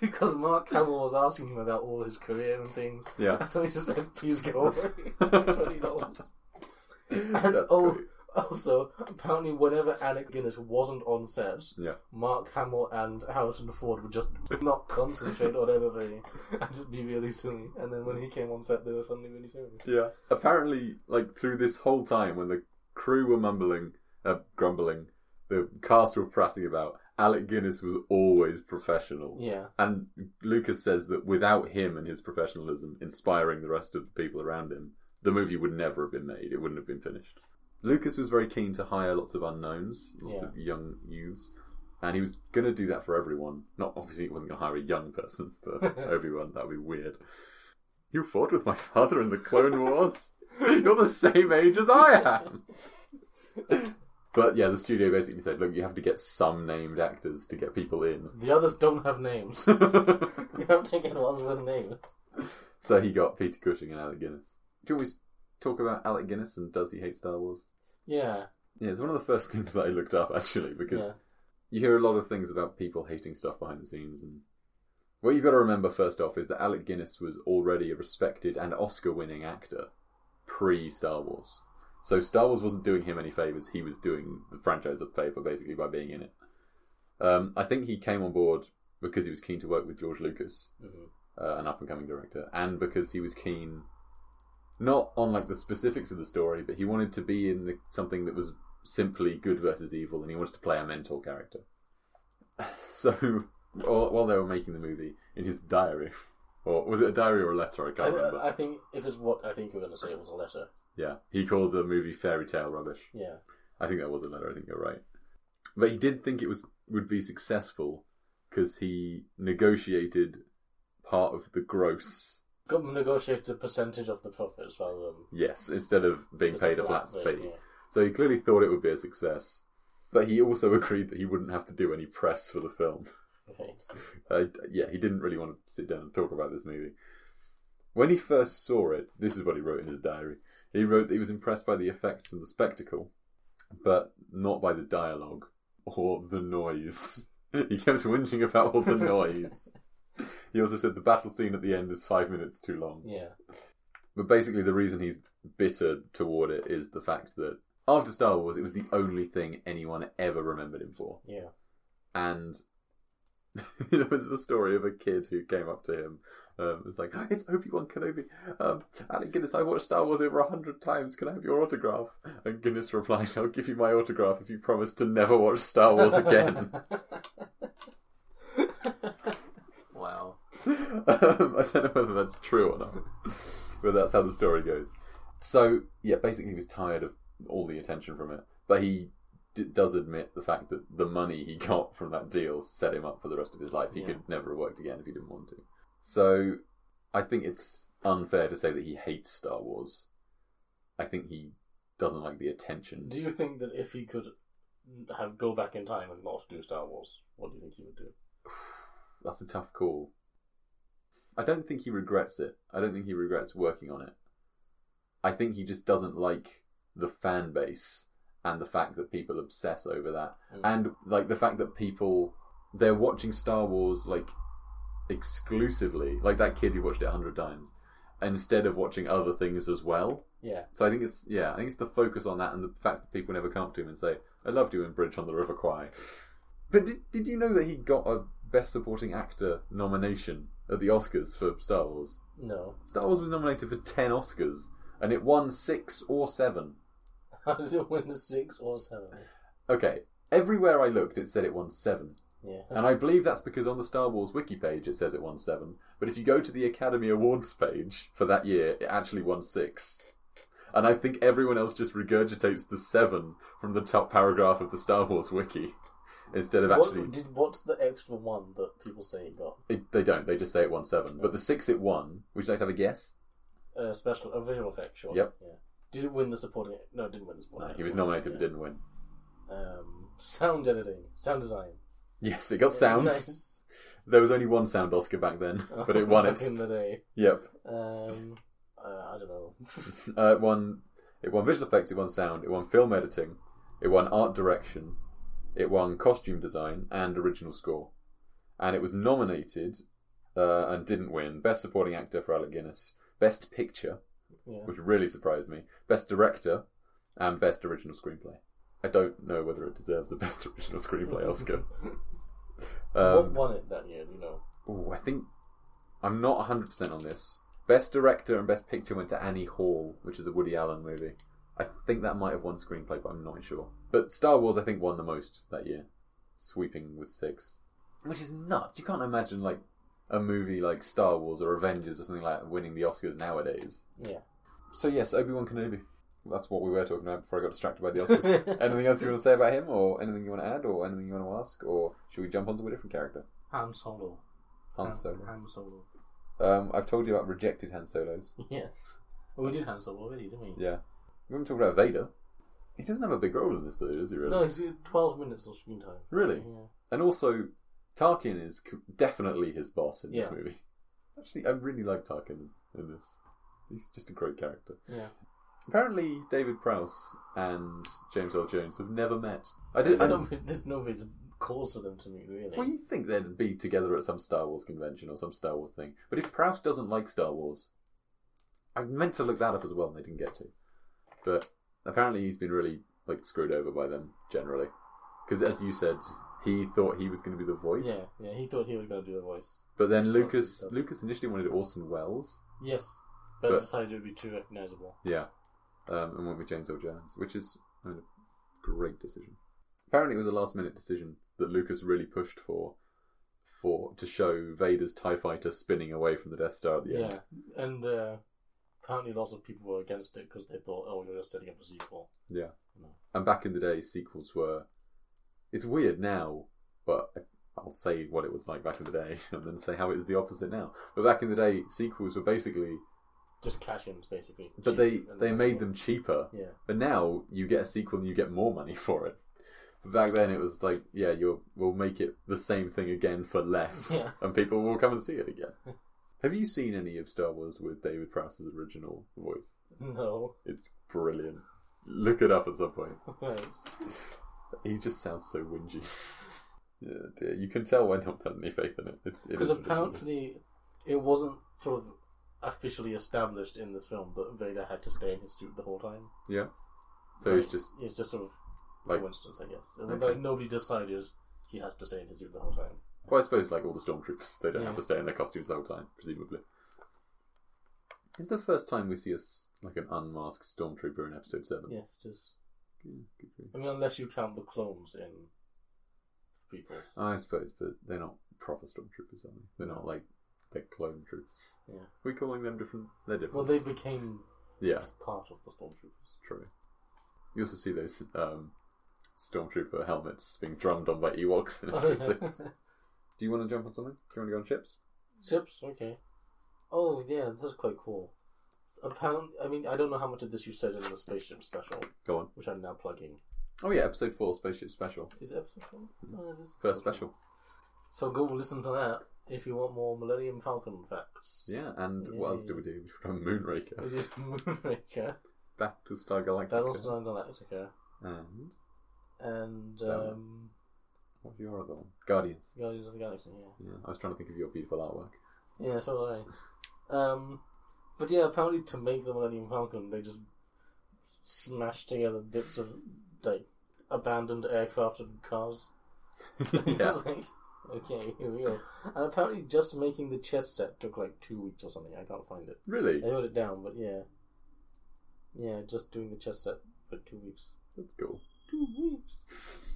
Speaker 2: because Mark Hamill was asking him about all his career and things. [laughs]
Speaker 1: yeah.
Speaker 2: So he just said, "Please go away."
Speaker 1: [laughs]
Speaker 2: twenty dollars.
Speaker 1: That's
Speaker 2: oh,
Speaker 1: great.
Speaker 2: Also, apparently, whenever Alec Guinness wasn't on set,
Speaker 1: Yeah.
Speaker 2: Mark Hamill and Harrison Ford would just [laughs] not concentrate on anything [laughs] and just be really silly. And then when he came on set, they were suddenly really serious.
Speaker 1: Yeah. Apparently, like through this whole time, when the crew were mumbling, uh, grumbling, the cast were prattling about. Alec Guinness was always professional,
Speaker 2: Yeah,
Speaker 1: and Lucas says that without him and his professionalism inspiring the rest of the people around him, the movie would never have been made. It wouldn't have been finished. Lucas was very keen to hire lots of unknowns, lots
Speaker 2: Yeah.
Speaker 1: of young youths, and he was going to do that for everyone. Not obviously, he wasn't going to hire a young person for Obi Wan. That would be weird. You fought with my father in the Clone Wars. You're the same age as I am. But yeah, the studio basically said, "Look, you have to get some named actors to get people in."
Speaker 2: [laughs] the others don't have names. [laughs] you have to get ones with names.
Speaker 1: So he got Peter Cushing and Alec Guinness. Do you always talk about Alec Guinness and does he hate Star Wars?
Speaker 2: Yeah,
Speaker 1: Yeah, it's one of the first [laughs] things that I looked up actually because you hear a lot of things about people hating stuff behind the scenes and what you've got to remember first off is that Alec Guinness was already a respected and Oscar-winning actor pre Star Wars. So Star Wars wasn't doing him any favors; he was doing the franchise a favor basically by being in it. Um, I think he came on board because he was keen to work with George Lucas,
Speaker 2: Mhm.
Speaker 1: uh, an up-and-coming director, and because he was keen not on like the specifics of the story, but he wanted to be in the, something that was simply good versus evil, and he wanted to play a mentor character. [laughs] So while while they were making the movie, in his diary, [laughs] or was it a diary or a letter? I can't remember.
Speaker 2: I, I think if it's what I think you're going to say, it was a letter.
Speaker 1: Yeah, he called the movie fairy tale rubbish.
Speaker 2: Yeah,
Speaker 1: I think that was a letter. I think you're right. But he did think it was would be successful because he negotiated part of the gross.
Speaker 2: got negotiated a percentage of the profits rather than
Speaker 1: Yes, instead of being
Speaker 2: just
Speaker 1: paid a flat fee.
Speaker 2: rate, yeah.
Speaker 1: So he clearly thought it would be a success. But he also [laughs] agreed that he wouldn't have to do any press for the film.
Speaker 2: Right.
Speaker 1: Uh, yeah, he didn't really want to sit down and talk about this movie. When he first saw it, this is what he wrote in his diary. He wrote that he was impressed by the effects and the spectacle, but not by the dialogue or the noise. [laughs] he kept whinging about [laughs] all the noise. he also said the battle scene at the end is five minutes too long.
Speaker 2: Yeah.
Speaker 1: But basically, the reason he's bitter toward it is the fact that after Star Wars, it was the only thing anyone ever remembered him for
Speaker 2: Yeah.
Speaker 1: and [laughs] there was a story of a kid who came up to him. Um, was like, it's Obi Wan Kenobi. Um, Alec Guinness, I watched Star Wars over a hundred times. Can I have your autograph? And Guinness replied, I'll give you my autograph if you promise to never watch Star Wars again.
Speaker 3: Wow.
Speaker 1: um, [laughs] I don't know whether that's true or not, but that's how the story goes. So yeah, basically, he was tired of all the attention from it, but he d- does admit the fact that the money he [laughs] got from that deal set him up for the rest of his life. He
Speaker 2: Yeah.
Speaker 1: could never have worked again if he didn't want to. So I think it's unfair to say that he hates Star Wars. I think he doesn't like the attention.
Speaker 2: Do you think that if he could have go back in time and not do Star Wars, what do you think he would do?
Speaker 1: That's a tough call. I don't think he regrets it. I don't think he regrets working on it. I think he just doesn't like the fan base and the fact that people obsess over that.
Speaker 2: Mm.
Speaker 1: And like the fact that people they're watching Star Wars like exclusively, like that kid who watched it a hundred times, instead of watching other things as well.
Speaker 2: Yeah.
Speaker 1: So I think it's yeah, I think it's the focus on that and the fact that people never come up to him and say, "I loved you in Bridge on the River Kwai." But did, did you know that he got a Best Supporting Actor nomination at the Oscars for Star Wars?
Speaker 2: No. [laughs]
Speaker 1: Star Wars was nominated for ten Oscars and it won six or seven.
Speaker 2: How does it win six or seven?
Speaker 1: Okay, everywhere I looked, it said it won seven.
Speaker 2: Yeah.
Speaker 1: And I believe that's because on the Star Wars wiki page it says it won seven, but if you go to the Academy Awards page for that year, it actually won six. And I think everyone else just regurgitates the seven from the top paragraph of the Star Wars wiki instead of actually.
Speaker 2: What, did, what's the extra one that people say it got?
Speaker 1: It- they don't, they just say it won seven. But the six it won, would you like to have a guess?
Speaker 2: Uh, special, a visual effect, sure.
Speaker 1: Yep.
Speaker 2: Yeah. Did it win the supporting? No, it didn't win the supporting.
Speaker 1: No, he was nominated but didn't win.
Speaker 2: Um, sound editing, sound design.
Speaker 1: Yes, it got sounds.
Speaker 2: Nice. Oh,
Speaker 1: There was only one sound Oscar back then, but it
Speaker 2: [laughs]
Speaker 1: won
Speaker 2: Back
Speaker 1: it.
Speaker 2: in the day.
Speaker 1: Yep.
Speaker 2: Um, uh, I don't know.
Speaker 1: Uh, it won. It won visual effects. It won sound. It won film editing. It won art direction. It won costume design and original score. And it was nominated uh, and didn't win best supporting actor for Alec Guinness, best picture,
Speaker 2: Yeah.
Speaker 1: which really surprised me, best director, and best original screenplay. I don't know whether it deserves the best [laughs] original screenplay
Speaker 2: [laughs]
Speaker 1: Oscar.
Speaker 2: what
Speaker 1: Um,
Speaker 2: won it that year? do You know.
Speaker 1: ooh, I think I'm not 100 percent on this. Best director and best picture went to Annie Hall, which is a Woody Allen movie. I think that might have won screenplay, but I'm not sure. But Star Wars, I think, won the most that year, sweeping with six, which is nuts. You can't imagine like a movie like Star Wars or Avengers or something like that winning the Oscars nowadays.
Speaker 2: Yeah.
Speaker 1: So yes, Obi Wan Kenobi. That's what we were talking about before I got distracted by the Oscars. anything else you want to say about him, or anything you want to add, or anything you want to ask, or should we jump onto a different character?
Speaker 2: Han Solo.
Speaker 1: Han Solo.
Speaker 2: Han Solo.
Speaker 1: Um, I've told you about rejected Han Solos.
Speaker 2: [laughs] Yes. Well, we did Han Solo already, didn't we?
Speaker 1: Yeah. We haven't talked about Vader. He doesn't have a big role in this, though, does he, really?
Speaker 2: No, he's got twelve minutes of screen time.
Speaker 1: Really?
Speaker 2: Yeah.
Speaker 1: And also, Tarkin is c- definitely his boss in this
Speaker 2: Yeah.
Speaker 1: movie. [laughs] Actually, I really like Tarkin in this. He's just a great character.
Speaker 2: Yeah.
Speaker 1: Apparently, David Prowse and James Earl Jones have never met. I didn't.
Speaker 2: There's,
Speaker 1: I
Speaker 2: no, there's no real cause for them to meet, really.
Speaker 1: well, you think they'd be together at some Star Wars convention or some Star Wars thing. But if Prowse doesn't like Star Wars, I meant to look that up as well, and they didn't get to. But apparently, he's been really like screwed over by them generally, because as you said, he thought he was going to be the voice.
Speaker 2: yeah, yeah. He thought he was going to do the voice.
Speaker 1: But then
Speaker 2: That's
Speaker 1: Lucas
Speaker 2: not good.
Speaker 1: Lucas initially wanted Orson Welles.
Speaker 2: Yes, but,
Speaker 1: But-
Speaker 2: decided it would be too recognizable.
Speaker 1: Yeah. Um, and went with James Earl Jones, which is I mean, a great decision. Apparently, it was a last minute decision that Lucas really pushed for, for to show Vader's Tie Fighter spinning away from the Death Star at the
Speaker 2: Yeah,
Speaker 1: end.
Speaker 2: and uh, apparently lots of people were against it because they thought, oh, you're just setting up a sequel.
Speaker 1: Yeah.
Speaker 2: No.
Speaker 1: And back in the day, sequels were. It's weird now, but I'll say what it was like back in the day, [laughs] and then say how it is the opposite now. But back in the day, sequels were basically,
Speaker 2: Just cash-ins, basically.
Speaker 1: but
Speaker 2: Cheap
Speaker 1: they
Speaker 2: and
Speaker 1: they made
Speaker 2: affordable.
Speaker 1: them cheaper.
Speaker 2: Yeah, [laughs]
Speaker 1: But now you get a sequel and you get more money [laughs] for it. But back then it was like, yeah, you'll we'll make it the same thing again for less, [laughs] and people will come and see it
Speaker 2: [laughs]
Speaker 1: again. Have you seen any of Star Wars with David Prowse's original voice?
Speaker 2: no,
Speaker 1: It's brilliant. Look it up at some point.
Speaker 2: thanks.
Speaker 1: He just sounds so
Speaker 2: [laughs]
Speaker 1: whingy. yeah, dear. You can tell why no one had any faith in it. It's it
Speaker 2: Because
Speaker 1: is ridiculous.
Speaker 2: apparently it wasn't sort of officially established in this film that Vader had to stay in his suit the whole time.
Speaker 1: yeah. So it's
Speaker 2: Like,
Speaker 1: just
Speaker 2: it's just sort of
Speaker 1: like
Speaker 2: coincidence, I guess. And,
Speaker 1: Okay.
Speaker 2: Like nobody decided he has to stay in his suit the whole time.
Speaker 1: Well, I suppose like all the stormtroopers, they don't
Speaker 2: Yeah.
Speaker 1: have to stay in their costumes the whole time, presumably. It's the first time we see us like an unmasked stormtrooper in Episode Seven.
Speaker 2: Yes, just
Speaker 1: Yeah, good grief.
Speaker 2: I mean, unless you count the clones in people.
Speaker 1: I suppose, but they're not proper stormtroopers, are they? They're not like they're clone troopers.
Speaker 2: Yeah.
Speaker 1: We're calling them different. They're different.
Speaker 2: Well, they became
Speaker 1: yeah,
Speaker 2: part of the stormtroopers.
Speaker 1: true. You also see those um, stormtrooper helmets being drummed on by Ewoks
Speaker 2: [laughs]
Speaker 1: in Episode Six. Do you want to jump on something? Do you want to go on ships?
Speaker 2: Ships, okay. Oh yeah, that's quite cool. Apparently, I mean, I don't know how much of this you said in the spaceship special,
Speaker 1: Go on.
Speaker 2: which I'm now plugging.
Speaker 1: Oh yeah, Episode Four, Spaceship Special,
Speaker 2: Is it episode one? No, it is.
Speaker 1: first special.
Speaker 2: So go listen to that if you want more Millennium Falcon facts.
Speaker 1: Yeah, and what else do we do? [laughs] We run Moonraker.
Speaker 2: Which is [laughs] Moonraker,
Speaker 1: Battlestar Galactica.
Speaker 2: Battlestar Galactica,
Speaker 1: And
Speaker 2: and
Speaker 1: Damn it.
Speaker 2: um,
Speaker 1: what's your other one? Guardians.
Speaker 2: Guardians of the Galaxy. Yeah.
Speaker 1: Yeah, I was trying to think of your beautiful
Speaker 2: [laughs]
Speaker 1: artwork.
Speaker 2: Yeah, so do I. Um, but yeah, apparently to make the Millennium Falcon, they just smashed together bits of like abandoned aircraft and cars. [laughs] It's
Speaker 1: yeah.
Speaker 2: like, okay, here we go. And apparently, just making the chess set took like two weeks or something. I can't find it.
Speaker 1: Really?
Speaker 2: I wrote it down, but yeah, yeah, just doing the chess set for two weeks.
Speaker 1: That's cool.
Speaker 2: Two weeks.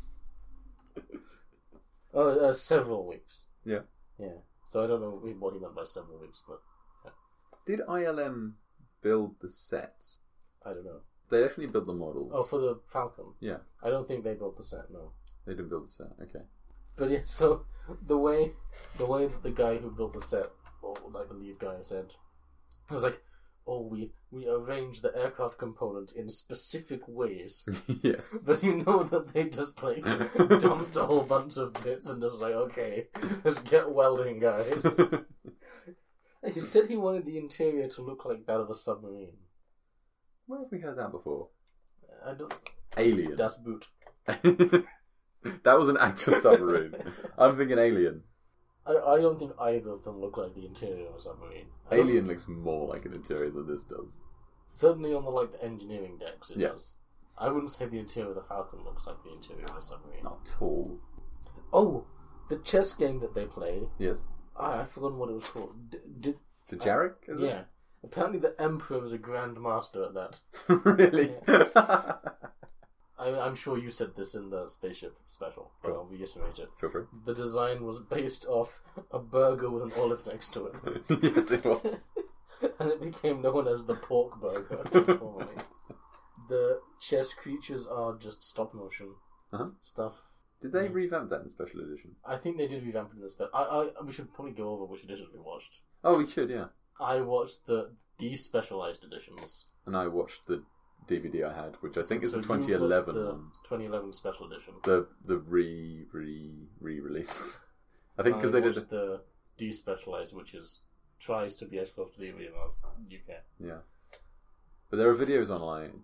Speaker 2: oh, uh, several weeks.
Speaker 1: Yeah.
Speaker 2: Yeah. So I don't know what he meant by several weeks, but
Speaker 1: Did ILM build the sets?
Speaker 2: I don't know.
Speaker 1: They definitely built the models.
Speaker 2: Oh, for the Falcon.
Speaker 1: yeah,
Speaker 2: I don't think they built the set, no.
Speaker 1: they didn't build the set. Okay. [laughs]
Speaker 2: But yeah, so the way the way that the guy who built the set, or like the lead guy said, I was like, Oh, we we arranged the aircraft component in specific ways. [laughs]
Speaker 1: yes. [laughs]
Speaker 2: But you know that they just like dumped a whole bunch of bits and just like, okay, let's get
Speaker 1: [laughs]
Speaker 2: welding guys. he said he wanted the interior to look like that of a submarine.
Speaker 1: Where have we heard that before?
Speaker 2: I don't
Speaker 1: Alien.
Speaker 2: Das Boot.
Speaker 1: [laughs] that was an actual
Speaker 2: [laughs]
Speaker 1: submarine. I'm thinking Alien.
Speaker 2: I, I don't think either of them look like the interior of a submarine. I don't-
Speaker 1: Alien looks more like an interior than this does.
Speaker 2: Certainly on the like the engineering decks, it
Speaker 1: Yeah.
Speaker 2: does. I wouldn't say the interior of the Falcon looks like the interior of a submarine.
Speaker 1: Not at all.
Speaker 2: Oh, the chess game that they played.
Speaker 1: Yes.
Speaker 2: Ah, I've forgotten what it was called. D- d-
Speaker 1: To Jarek? Is it?
Speaker 2: yeah. Apparently, the Emperor was a Grand Master at that.
Speaker 1: [laughs]
Speaker 2: [laughs]
Speaker 1: really?
Speaker 2: I, I'm sure you said this in the spaceship special, but I'll reiterate it.
Speaker 1: Feel free. [laughs]
Speaker 2: The design was based off a burger with an olive next
Speaker 1: [laughs]
Speaker 2: to it,
Speaker 1: yes, it was.
Speaker 2: and it became known as the pork burger. [laughs]
Speaker 1: [laughs]
Speaker 2: informally. the chess creatures are just stop motion
Speaker 1: Uh-huh.
Speaker 2: stuff.
Speaker 1: Did they revamp that in special edition?
Speaker 2: I think they did revamp it in this, but I, I we should probably go over which editions we watched.
Speaker 1: Oh, we should, yeah.
Speaker 2: I watched the despecialized editions.
Speaker 1: And I watched the DVD I had, which I think is
Speaker 2: So
Speaker 1: the
Speaker 2: you watched
Speaker 1: 2011
Speaker 2: the
Speaker 1: one.
Speaker 2: 2011 special edition.
Speaker 1: The the re re re release. [laughs] I think because they
Speaker 2: I
Speaker 1: did.
Speaker 2: Oh, watched the despecialized, which is tries to be as close to the original as you can.
Speaker 1: Yeah. But there are videos online,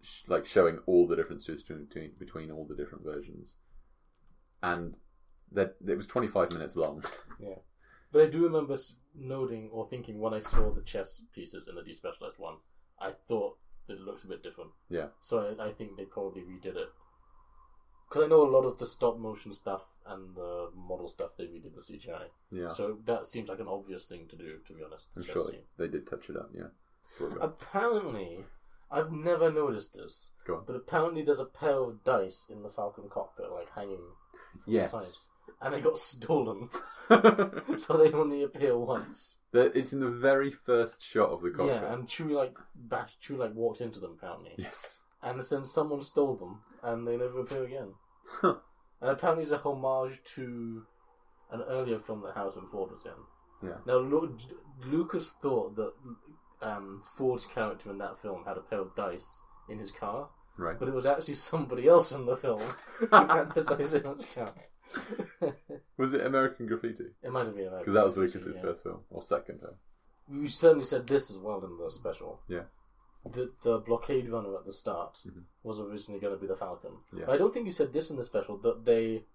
Speaker 1: sh- like showing all the differences between- between between all the different versions, and that it was twenty five minutes long. [laughs]
Speaker 2: Yeah, but I do remember s- noting or thinking when I saw the chess pieces in the despecialized one, I thought that it looked a bit different.
Speaker 1: Yeah.
Speaker 2: So I, I think they probably redid it. Because I know a lot of the stop motion stuff and the model stuff they redid with CGI.
Speaker 1: Yeah,
Speaker 2: So that seems like an obvious thing to do, to be honest.
Speaker 1: I'm
Speaker 2: Just
Speaker 1: sure
Speaker 2: saying.
Speaker 1: they, they did touch it up. Yeah. That's what I got.
Speaker 2: Apparently, I've never noticed this,
Speaker 1: Go on.
Speaker 2: but apparently there's a pair of dice in the Falcon cockpit, like hanging,
Speaker 1: Yes.
Speaker 2: besides- and they got [laughs] stolen,
Speaker 1: [laughs]
Speaker 2: so they only appear once.
Speaker 1: That- it's in the very first shot of the cockpit.
Speaker 2: Yeah, and Chewie like bash, Chewie like walked into them apparently,
Speaker 1: yes.
Speaker 2: and then someone stole them, and they never appear again.
Speaker 1: Huh.
Speaker 2: And apparently, it's a homage to an earlier film that Harrison Ford was in.
Speaker 1: Yeah.
Speaker 2: Now, Lu- Lucas thought that um, Ford's character in that film had a pair of dice in his car,
Speaker 1: Right.
Speaker 2: but it was actually somebody else in the film who had
Speaker 1: [laughs]
Speaker 2: the dice in his car.
Speaker 1: Was it American Graffiti?
Speaker 2: It might have been
Speaker 1: Because that was Lucas's first film or second film.
Speaker 2: You certainly said this as well in the special.
Speaker 1: Yeah.
Speaker 2: That the blockade runner at the start
Speaker 1: Mhm.
Speaker 2: was originally going to be the Falcon.
Speaker 1: Yeah.
Speaker 2: But I don't think you said this in the special that they,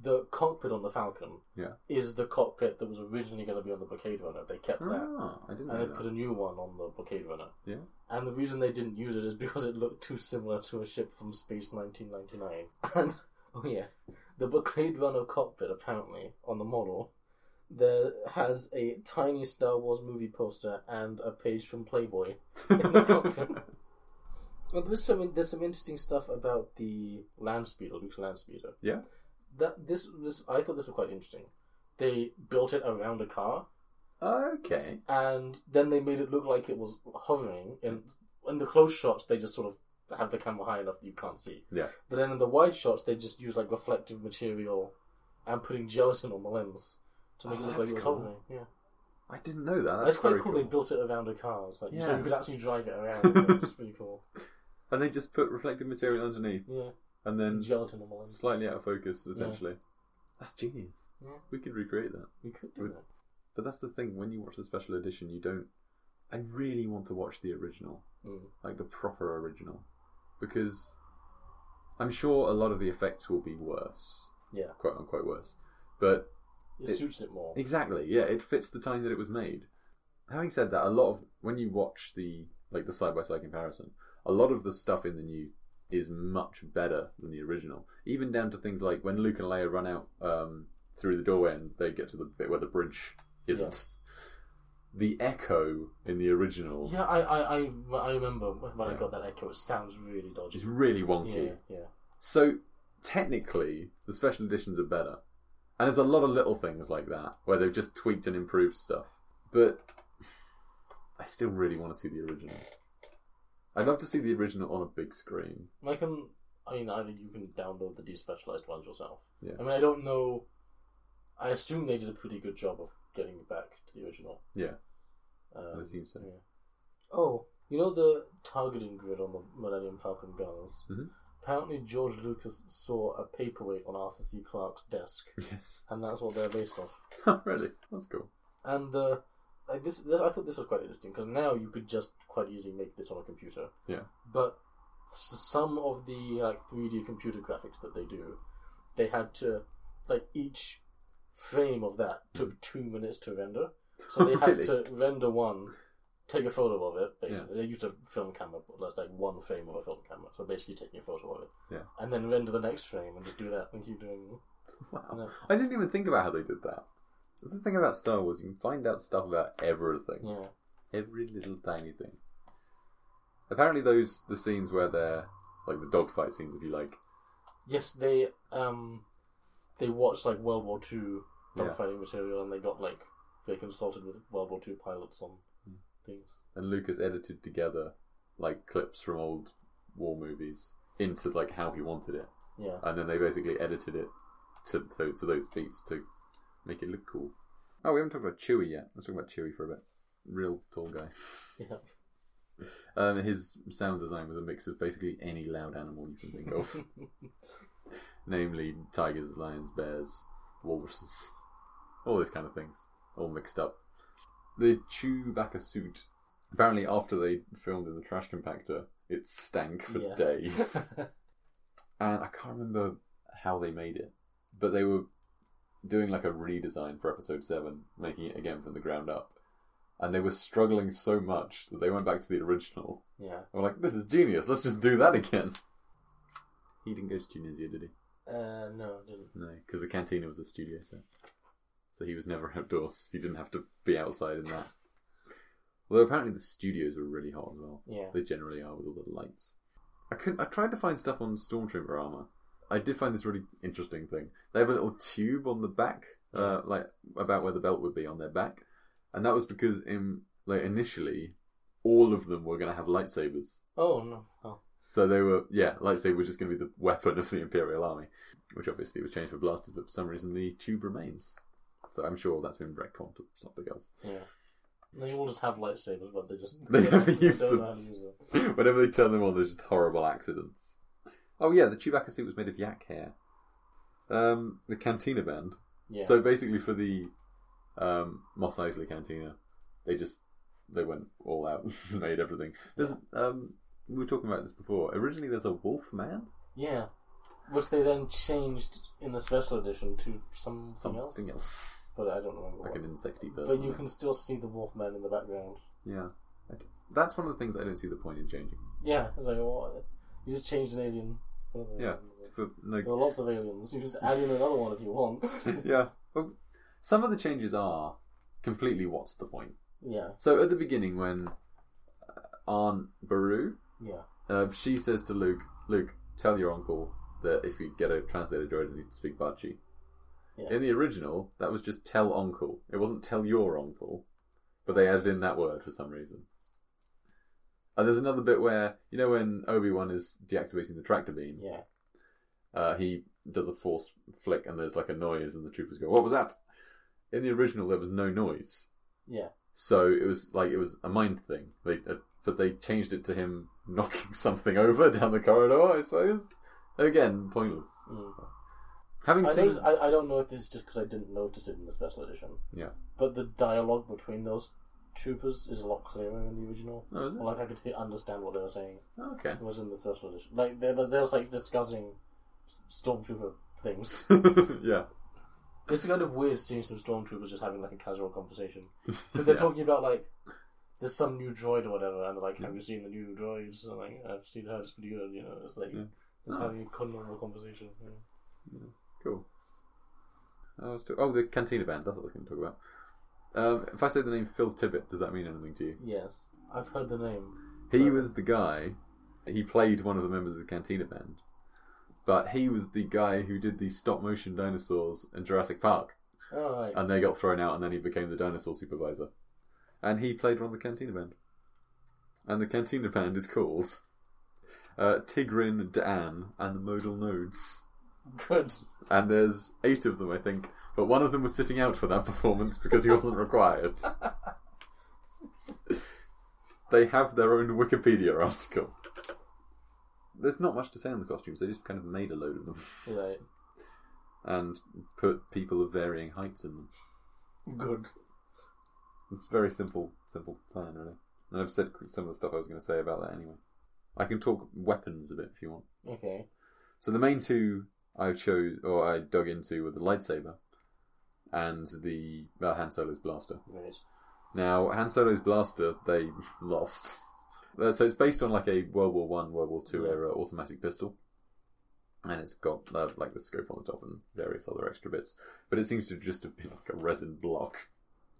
Speaker 2: the cockpit on the Falcon,
Speaker 1: Yeah.
Speaker 2: is the cockpit that was originally going to be on the blockade runner. They kept that,
Speaker 1: Ah, I didn't
Speaker 2: and they
Speaker 1: know
Speaker 2: put
Speaker 1: that.
Speaker 2: a new one on the blockade runner.
Speaker 1: Yeah.
Speaker 2: And the reason they didn't use it is because it looked too similar to a ship from Space 1999. And, oh yeah, the Blockade Runner cockpit, apparently, on the model, there has a tiny Star Wars movie poster and a page from Playboy [laughs] in the cockpit. Well, there's some there's some interesting stuff about the land speeder, Luke's land speeder.
Speaker 1: Yeah.
Speaker 2: That this this I thought this was quite interesting. They built it around a car,
Speaker 1: [laughs] okay.
Speaker 2: and then they made it look like it was hovering. And in the close shots, they just sort of have the camera high enough that you can't see.
Speaker 1: Yeah.
Speaker 2: But then in the wide shots, they just use like reflective material and putting gelatin on the lens to make
Speaker 1: Oh,
Speaker 2: it look like
Speaker 1: that's
Speaker 2: it was
Speaker 1: cool.
Speaker 2: hovering. Yeah,
Speaker 1: I didn't know that. That's,
Speaker 2: that's quite
Speaker 1: very
Speaker 2: cool. They built it around a car, It's like- so
Speaker 1: Yeah.
Speaker 2: you could actually drive it
Speaker 1: [laughs]
Speaker 2: around. It's pretty cool.
Speaker 1: And they just put reflective material underneath
Speaker 2: Yeah,
Speaker 1: and then
Speaker 2: gelatin on the lens.
Speaker 1: slightly out of focus, essentially. That's genius.
Speaker 2: Yeah.
Speaker 1: We could recreate that.
Speaker 2: We could do
Speaker 1: Would-
Speaker 2: that.
Speaker 1: But that's the thing, when you watch the special edition, you don't. I really want to watch the original,
Speaker 2: Mm.
Speaker 1: like the proper original, because I'm sure a lot of the effects will be worse,
Speaker 2: Yeah,
Speaker 1: quote unquote worse. But
Speaker 2: it,
Speaker 1: It-
Speaker 2: suits it more.
Speaker 1: Exactly. Yeah, it fits the time that it was made. Having said that, a lot of when you watch the like the side by side comparison, a lot of the stuff in the new is much better than the original. Even down to things like when Luke and Leia run out um, through the doorway and they get to the bit where the bridge isn't. the echo in the original
Speaker 2: Yeah, I, I, I, I remember when I
Speaker 1: Yeah.
Speaker 2: got that echo. It sounds really
Speaker 1: is
Speaker 2: dodgy.
Speaker 1: really wonky.
Speaker 2: Yeah, yeah.
Speaker 1: So technically, the special editions are better, and there's a lot of little things like that where they've just tweaked and improved stuff. But I still really want to see the original. I'd love to see the original on a big screen. [laughs]
Speaker 2: I can. I mean, either you can download the despecialized ones yourself.
Speaker 1: Yeah.
Speaker 2: I mean, I don't know. I assume they did a pretty good job of getting it back to the original.
Speaker 1: Yeah,
Speaker 2: Um,
Speaker 1: I assume so.
Speaker 2: yeah. Oh, you know the targeting grid on the Millennium Falcon guns?
Speaker 1: Mhm.
Speaker 2: Apparently, George Lucas saw a paperweight on Arthur C. Clarke's desk,
Speaker 1: Yes, [laughs]
Speaker 2: and that's what they're based off.
Speaker 1: really, that's cool.
Speaker 2: And uh, like this, I thought this was quite interesting because now you could just quite easily make this on a computer.
Speaker 1: Yeah.
Speaker 2: But s- some of the like 3D computer graphics that they do, they had to like each frame of that took two minutes to
Speaker 1: [laughs]
Speaker 2: render. So they had
Speaker 1: Hmm. Really?
Speaker 2: to render one, take a photo of it.
Speaker 1: Yeah.
Speaker 2: Basically, they used a film camera, but that's like one frame of a film camera. So basically, taking a photo of it.
Speaker 1: Yeah.
Speaker 2: And then render the next frame and just do that and keep doing.
Speaker 1: Wow,
Speaker 2: No.
Speaker 1: I didn't even think about how they did that. That's the thing about Star Wars. You can find out stuff about everything.
Speaker 2: Yeah.
Speaker 1: every little tiny thing. Apparently, those the scenes where they're like the dogfight scenes, if you like.
Speaker 2: Yes, they um they watched like World War Two
Speaker 1: Yeah.
Speaker 2: dogfighting material, and they got like they consulted with World War Two pilots on
Speaker 1: Hmm.
Speaker 2: things.
Speaker 1: And Lucas edited together like clips from old war movies into like how he wanted it,
Speaker 2: Yeah, [laughs]
Speaker 1: and then they basically edited it to to, to those beats to make it look cool. Oh, we haven't talked about Chewie yet. Let's talk about Chewie for a bit. Real tall guy.
Speaker 2: yeah.
Speaker 1: Um, his sound design was a mix of basically any loud animal you can think of, namely tigers, lions, bears, walruses, all those kind of things, all mixed up. The Chewbacca suit. Apparently, after they filmed in the trash compactor, it stank for
Speaker 2: Yeah. [laughs]
Speaker 1: days, and I can't remember how they made it, but they were doing like a redesign for Episode Seven, making it again from the ground up. And they were struggling so much that they went back to the original
Speaker 2: yeah.
Speaker 1: we're like, this is genius. Let's just do that again. He didn't go to Tunisia, did he?
Speaker 2: Uh, no, I didn't.
Speaker 1: No, because the cantina was a studio set. So he was never [laughs] outdoors. He didn't have to be outside in that. Although apparently the studios were really hot as well.
Speaker 2: Yeah,
Speaker 1: They generally are with all the lights. I couldn't. I tried to find stuff on Stormtrooper armor. I did find this really interesting thing. They have a little tube on the back, uh, like about where the belt would be on their back, and that was because in like initially, all of them were going to have lightsabers.
Speaker 2: Oh no. Oh.
Speaker 1: So they were, yeah, like say, we're just going to be the weapon of the Imperial Army, which obviously was changed for blasters, but for some reason the tube remains. So I'm sure that's been retconned to something else. [laughs]
Speaker 2: Yeah. They all just have lightsabers, but they just
Speaker 1: They never use
Speaker 2: don't
Speaker 1: them.
Speaker 2: know how to use them.
Speaker 1: Whenever they turn them on, there's just horrible accidents. Oh yeah, the Chewbacca suit was made of yak hair. Um, the Cantina band.
Speaker 2: Yeah.
Speaker 1: So basically, for the um, Mos Eisley Cantina, they just they went all out, [laughs] and made everything. There's um, we were talking about this before. Originally, there's a wolf man,
Speaker 2: yeah. Which they then changed in the special edition to something, else.
Speaker 1: something else.
Speaker 2: But I don't remember
Speaker 1: like
Speaker 2: what.
Speaker 1: an insecty person.
Speaker 2: But you can still see the Wolfman in the background.
Speaker 1: Yeah, I d- that's one of the things I don't see the point in changing.
Speaker 2: Yeah, it's like, well, you just changed an alien. for the-
Speaker 1: Yeah. For
Speaker 2: There are
Speaker 1: no,
Speaker 2: lots of aliens. You just add in another one if you want.
Speaker 1: [laughs]
Speaker 2: [laughs]
Speaker 1: yeah. Well, some of the changes are completely what's the point.
Speaker 2: yeah,
Speaker 1: So at the beginning, when uh, Aunt Baru,
Speaker 2: yeah,
Speaker 1: uh, she says to Luke, "Luke, tell your uncle that if you get a translator droid, you need to speak Bachi."
Speaker 2: Yeah.
Speaker 1: In the original, that was just "tell uncle." It wasn't "tell your uncle," but they added in that word for some reason. And there's another bit where you know when Obi Wan is deactivating the tractor beam.
Speaker 2: yeah.
Speaker 1: uh, he does a force flick and there's like a noise and the troopers go, "What was that?" In the original, there was no noise,
Speaker 2: Yeah.
Speaker 1: so it was like it was a mind thing. They uh, but they changed it to him [laughs] knocking something over down the corridor. I suppose again pointless.
Speaker 2: Mm.
Speaker 1: Having
Speaker 2: I,
Speaker 1: seen
Speaker 2: noticed, I, I don't know if this is just because I didn't notice it in the special edition.
Speaker 1: Yeah.
Speaker 2: But the dialogue between those troopers is a lot clearer in the original.
Speaker 1: Oh, is it? Oh,
Speaker 2: Like I could hear- understand what they were saying.
Speaker 1: okay.
Speaker 2: It was in the special edition. Like they, they was like discussing s- stormtrooper things.
Speaker 1: [laughs] yeah.
Speaker 2: It's kind of weird seeing some stormtroopers just having like a casual conversation [laughs] because they're
Speaker 1: Yeah.
Speaker 2: talking about like there's some new droid or whatever, and they're like, "Have you seen the new droids?" And like, "I've seen her; it's pretty good." You know, it's like
Speaker 1: Yeah.
Speaker 2: just
Speaker 1: Oh.
Speaker 2: having a normal conversation. You know?
Speaker 1: oh, Cool. I was talk- oh, the cantina band. That's what I was going to talk about. Um, if I say the name Phil Tippett, does that mean anything to you?
Speaker 2: Yes, I've heard the name.
Speaker 1: He was the guy. He played one of the members of the Cantina band, but he was the guy who did the stop motion dinosaurs in Jurassic Park,
Speaker 2: All right.
Speaker 1: and they got thrown out, and then he became the dinosaur supervisor, and he played one of the Cantina band, and the Cantina band is called uh, Tigrin, Dan, and the Modal Nodes,
Speaker 2: Good.
Speaker 1: and there's eight of them, I think. But one of them was sitting out for that [laughs] performance because he wasn't required. they have their own Wikipedia article. There's not much to say on the costumes. They just kind of made a load of them
Speaker 2: Right.
Speaker 1: and put people of varying heights in them.
Speaker 2: Good.
Speaker 1: It's a very simple, simple plan, really. And I've said some of the stuff I was going to say about that anyway. I can talk weapons a bit if you want.
Speaker 2: Okay.
Speaker 1: So the main two I chose or I dug into were the lightsaber and the uh, Han Solo's blaster.
Speaker 2: Right.
Speaker 1: Now, Han Solo's blaster, they [laughs] lost. Uh, So it's based on like a World War One, World War Two
Speaker 2: Yeah.
Speaker 1: era automatic pistol, and it's got uh, like the scope on the top and various other extra bits. But it seems to just have been like a resin block.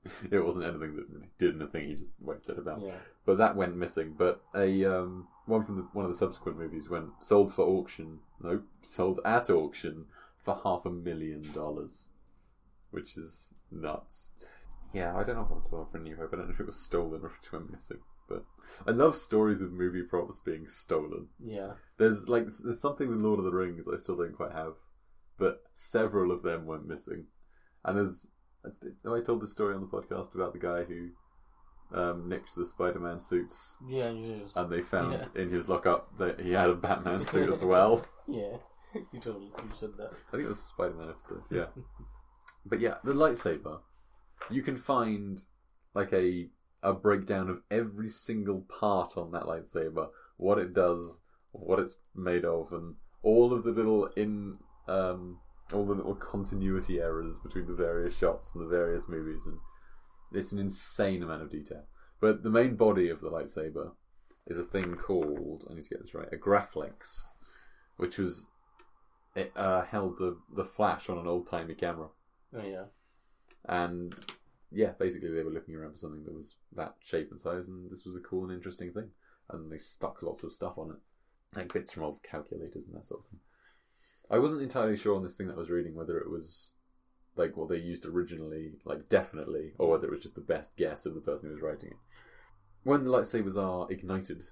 Speaker 1: [laughs] It wasn't anything that did anything. He just waved it about.
Speaker 2: Yeah.
Speaker 1: But that went missing. But a um, one from the, one of the subsequent movies went sold for auction. No, sold at auction for half a million dollars, which is nuts. Yeah, I don't know what to offer a New Hope. I don't know if it was stolen or if it went missing. But I love stories of movie props being stolen.
Speaker 2: Yeah.
Speaker 1: There's like there's something with Lord of the Rings I still don't quite have, but several of them went missing. And there's have I told the story on the podcast about the guy who um, nicked the Spider-Man suits,
Speaker 2: Yeah. You did.
Speaker 1: and they found
Speaker 2: Yeah.
Speaker 1: in his lockup that he had a Batman suit as well.
Speaker 2: Yeah. [laughs] You told me. You said that.
Speaker 1: I think it was a Spider-Man episode. Yeah, but yeah, the lightsaber. You can find like a a breakdown of every single part on that lightsaber, what it does, what it's made of, and all of the little in um, all the little continuity errors between the various shots and the various movies, and it's an insane amount of detail. But the main body of the lightsaber is a thing called I need to get this right a graphlix, which was it uh, held the the flash on an old timey camera
Speaker 2: Oh yeah. [laughs]
Speaker 1: and yeah, basically they were looking around for something that was that shape and size, and this was a cool and interesting thing. And they stuck lots of stuff on it, like bits from old calculators and that sort of thing. I wasn't entirely sure on this thing that I was reading whether it was like what they used originally, like definitely, or whether it was just the best guess of the person who was writing it. When the lightsabers are ignited,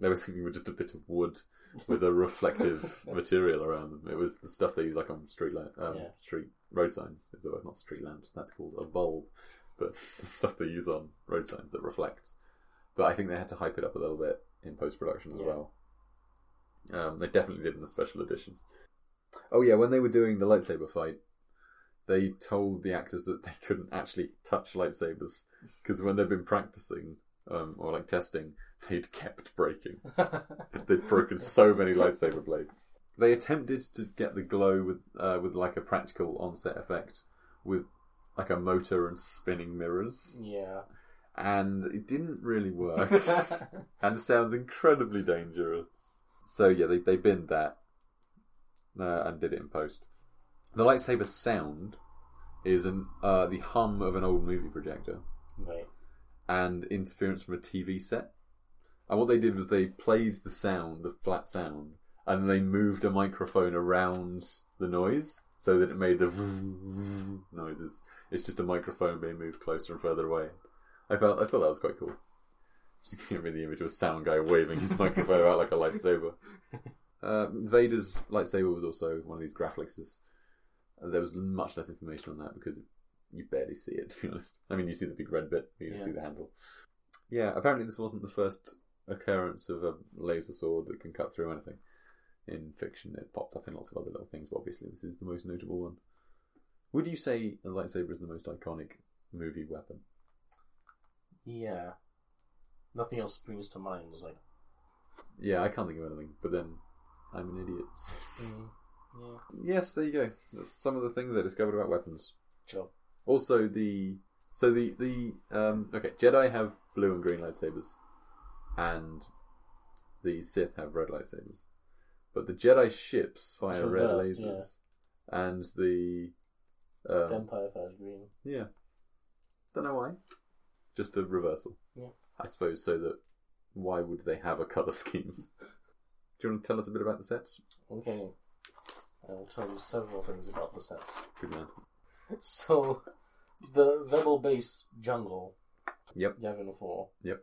Speaker 1: they were thinking were just a bit of wood with a reflective material around them. It was the stuff they use like on street light, um,
Speaker 2: Yeah.
Speaker 1: street road signs. Is the word not street lamps? That's called a bulb, but [laughs] the stuff they use on road signs that reflects. But I think they had to hype it up a little bit in post production as
Speaker 2: Yeah.
Speaker 1: well. Um, they definitely did in the special editions. Oh yeah, when they were doing the lightsaber fight, they told the actors that they couldn't actually touch lightsabers because when they've been practicing um, or like testing, they'd kept breaking. They'd broken so many lightsaber blades. They attempted to get the glow with uh, with like a practical onset effect with like a motor and spinning mirrors,
Speaker 2: yeah.
Speaker 1: and it didn't really [laughs] work. and sounds incredibly dangerous. So yeah, they they binned that uh, and did it in post. The lightsaber sound is an uh, the hum of an old movie projector
Speaker 2: [laughs] right.
Speaker 1: and interference from a TV set. And what they did was they played the sound, the flat sound, and they moved a microphone around the noise so that it made the [laughs] noises. It's just a microphone being moved closer and further away. I felt I thought that was quite cool. Just give me the image of a sound guy waving his [laughs] microphone out like a lightsaber. Uh, Vader's lightsaber was also one of these graphlixes. There was much less information on that because you barely see it, [laughs] to be honest. I mean, you see the big red bit, but you don't
Speaker 2: Yeah.
Speaker 1: see the handle. Yeah, apparently this wasn't the first occurrence of a laser sword that can cut through anything. In fiction, it popped up in lots of other little things, but obviously this is the most notable one. Would you say a lightsaber is the most iconic movie weapon?
Speaker 2: Yeah. Nothing else springs to mind. It's like,
Speaker 1: Yeah, I can't think of anything, but then I'm an idiot. [laughs]
Speaker 2: mm, yeah,
Speaker 1: yes, there you go. That's some of the things I discovered about weapons.
Speaker 2: job.
Speaker 1: Also, the so the the um, okay Jedi have blue and green lightsabers, and the Sith have red lightsabers. But the Jedi ships fire
Speaker 2: It's
Speaker 1: red
Speaker 2: reversed,
Speaker 1: lasers, and the um,
Speaker 2: Empire fires green.
Speaker 1: yeah, Don't know why. Just a reversal.
Speaker 2: Yeah.
Speaker 1: I suppose so that why would they have a colour [laughs] scheme? Do you want to tell us a bit about the sets?
Speaker 2: Okay. I will tell you several things about the sets. [laughs]
Speaker 1: Good man.
Speaker 2: So, the Rebel Base Jungle.
Speaker 1: Yep.
Speaker 2: Yavin 4.
Speaker 1: Yep.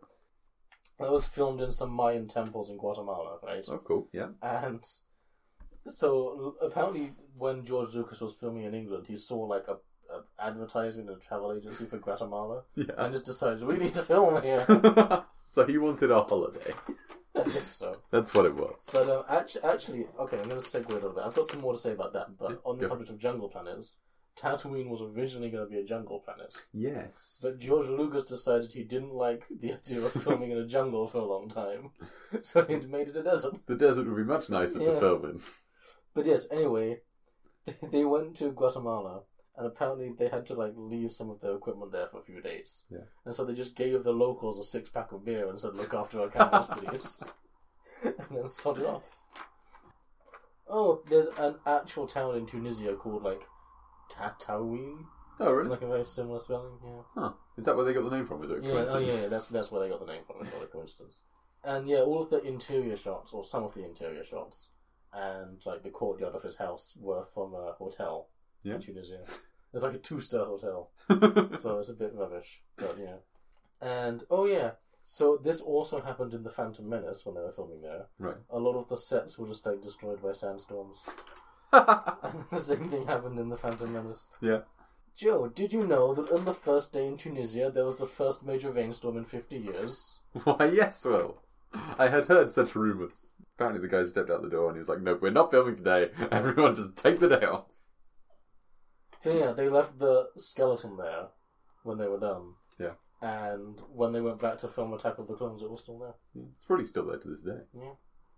Speaker 2: That was filmed in some Mayan temples in Guatemala, right?
Speaker 1: Oh, cool. Yeah.
Speaker 2: And so l- apparently, when George Lucas was filming in England, he saw like a, a advertisement in a travel agency for Guatemala,
Speaker 1: Yeah.
Speaker 2: and just decided we need to film here.
Speaker 1: [laughs] so he wanted a holiday.
Speaker 2: I think so.
Speaker 1: That's what it was.
Speaker 2: But um, actually, actually, okay, I'm going to segue a little bit. I've got some more to say about that. But on the
Speaker 1: Go.
Speaker 2: subject of jungle planets, Tatooine was originally going to be a jungle planet,
Speaker 1: Yes.
Speaker 2: but George Lucas decided he didn't like the idea of filming in a jungle for a long time, [laughs] so he made it a desert.
Speaker 1: The desert would be much nicer
Speaker 2: Yeah.
Speaker 1: to film in.
Speaker 2: But yes, anyway, [laughs] they- they went to Guatemala, and apparently they had to like leave some of their equipment there for a few days.
Speaker 1: Yeah.
Speaker 2: And so they just gave the locals a six pack of beer and said, "Look after our cameras, please," [laughs] and then sodded off. Oh, there's an actual town in Tunisia called like Tatooine,
Speaker 1: Oh, really?
Speaker 2: like a very similar spelling. Yeah.
Speaker 1: Huh. Is that where they got the name from? Is it a
Speaker 2: Yeah. Oh, yeah.
Speaker 1: coincidence?
Speaker 2: yeah, That's that's where they got the name from. It's not a coincidence. And yeah, all of the interior shots, or some of the interior shots, and like the courtyard of his house were from a hotel
Speaker 1: Yeah.
Speaker 2: in Tunisia. It's like a two-star hotel, so it's a bit rubbish, but yeah. And oh yeah, so this also happened in the Phantom Menace when they were filming there.
Speaker 1: Right.
Speaker 2: A lot of the sets were just like destroyed by sandstorms. [laughs] and the same thing happened in the Phantom Menace.
Speaker 1: [laughs] Yeah.
Speaker 2: Joe, did you know that on the first day in Tunisia there was the first major rainstorm in 50 years?
Speaker 1: Why, yes, Will. I had heard such rumours. Apparently, the guy stepped out the door and he was like, Nope, we're not filming today. [laughs] Everyone just take the day off.
Speaker 2: So yeah, they left the skeleton there when they were done.
Speaker 1: Yeah.
Speaker 2: And when they went back to film Attack of the Clones, it was still there.
Speaker 1: It's probably still there to this day.
Speaker 2: Yeah.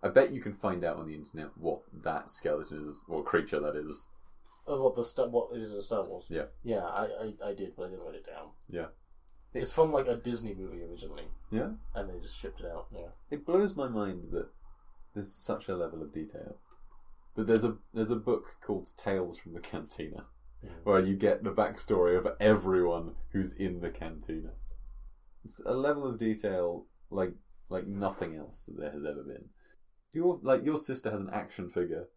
Speaker 1: I bet you can find out on the internet what that skeleton is, what creature that is.
Speaker 2: Oh, what the Star, what it is in Star Wars?
Speaker 1: Yeah.
Speaker 2: Yeah, I, I, I did, but I didn't write it down.
Speaker 1: Yeah.
Speaker 2: It's from like a Disney movie originally,
Speaker 1: Yeah?
Speaker 2: and they just shipped it out. Yeah.
Speaker 1: It blows my mind that there's such a level of detail. But there's a there's a book called Tales from the Cantina, where you get the backstory of everyone who's in the cantina. It's a level of detail like like nothing else that there has ever been. Your like your sister has an action figure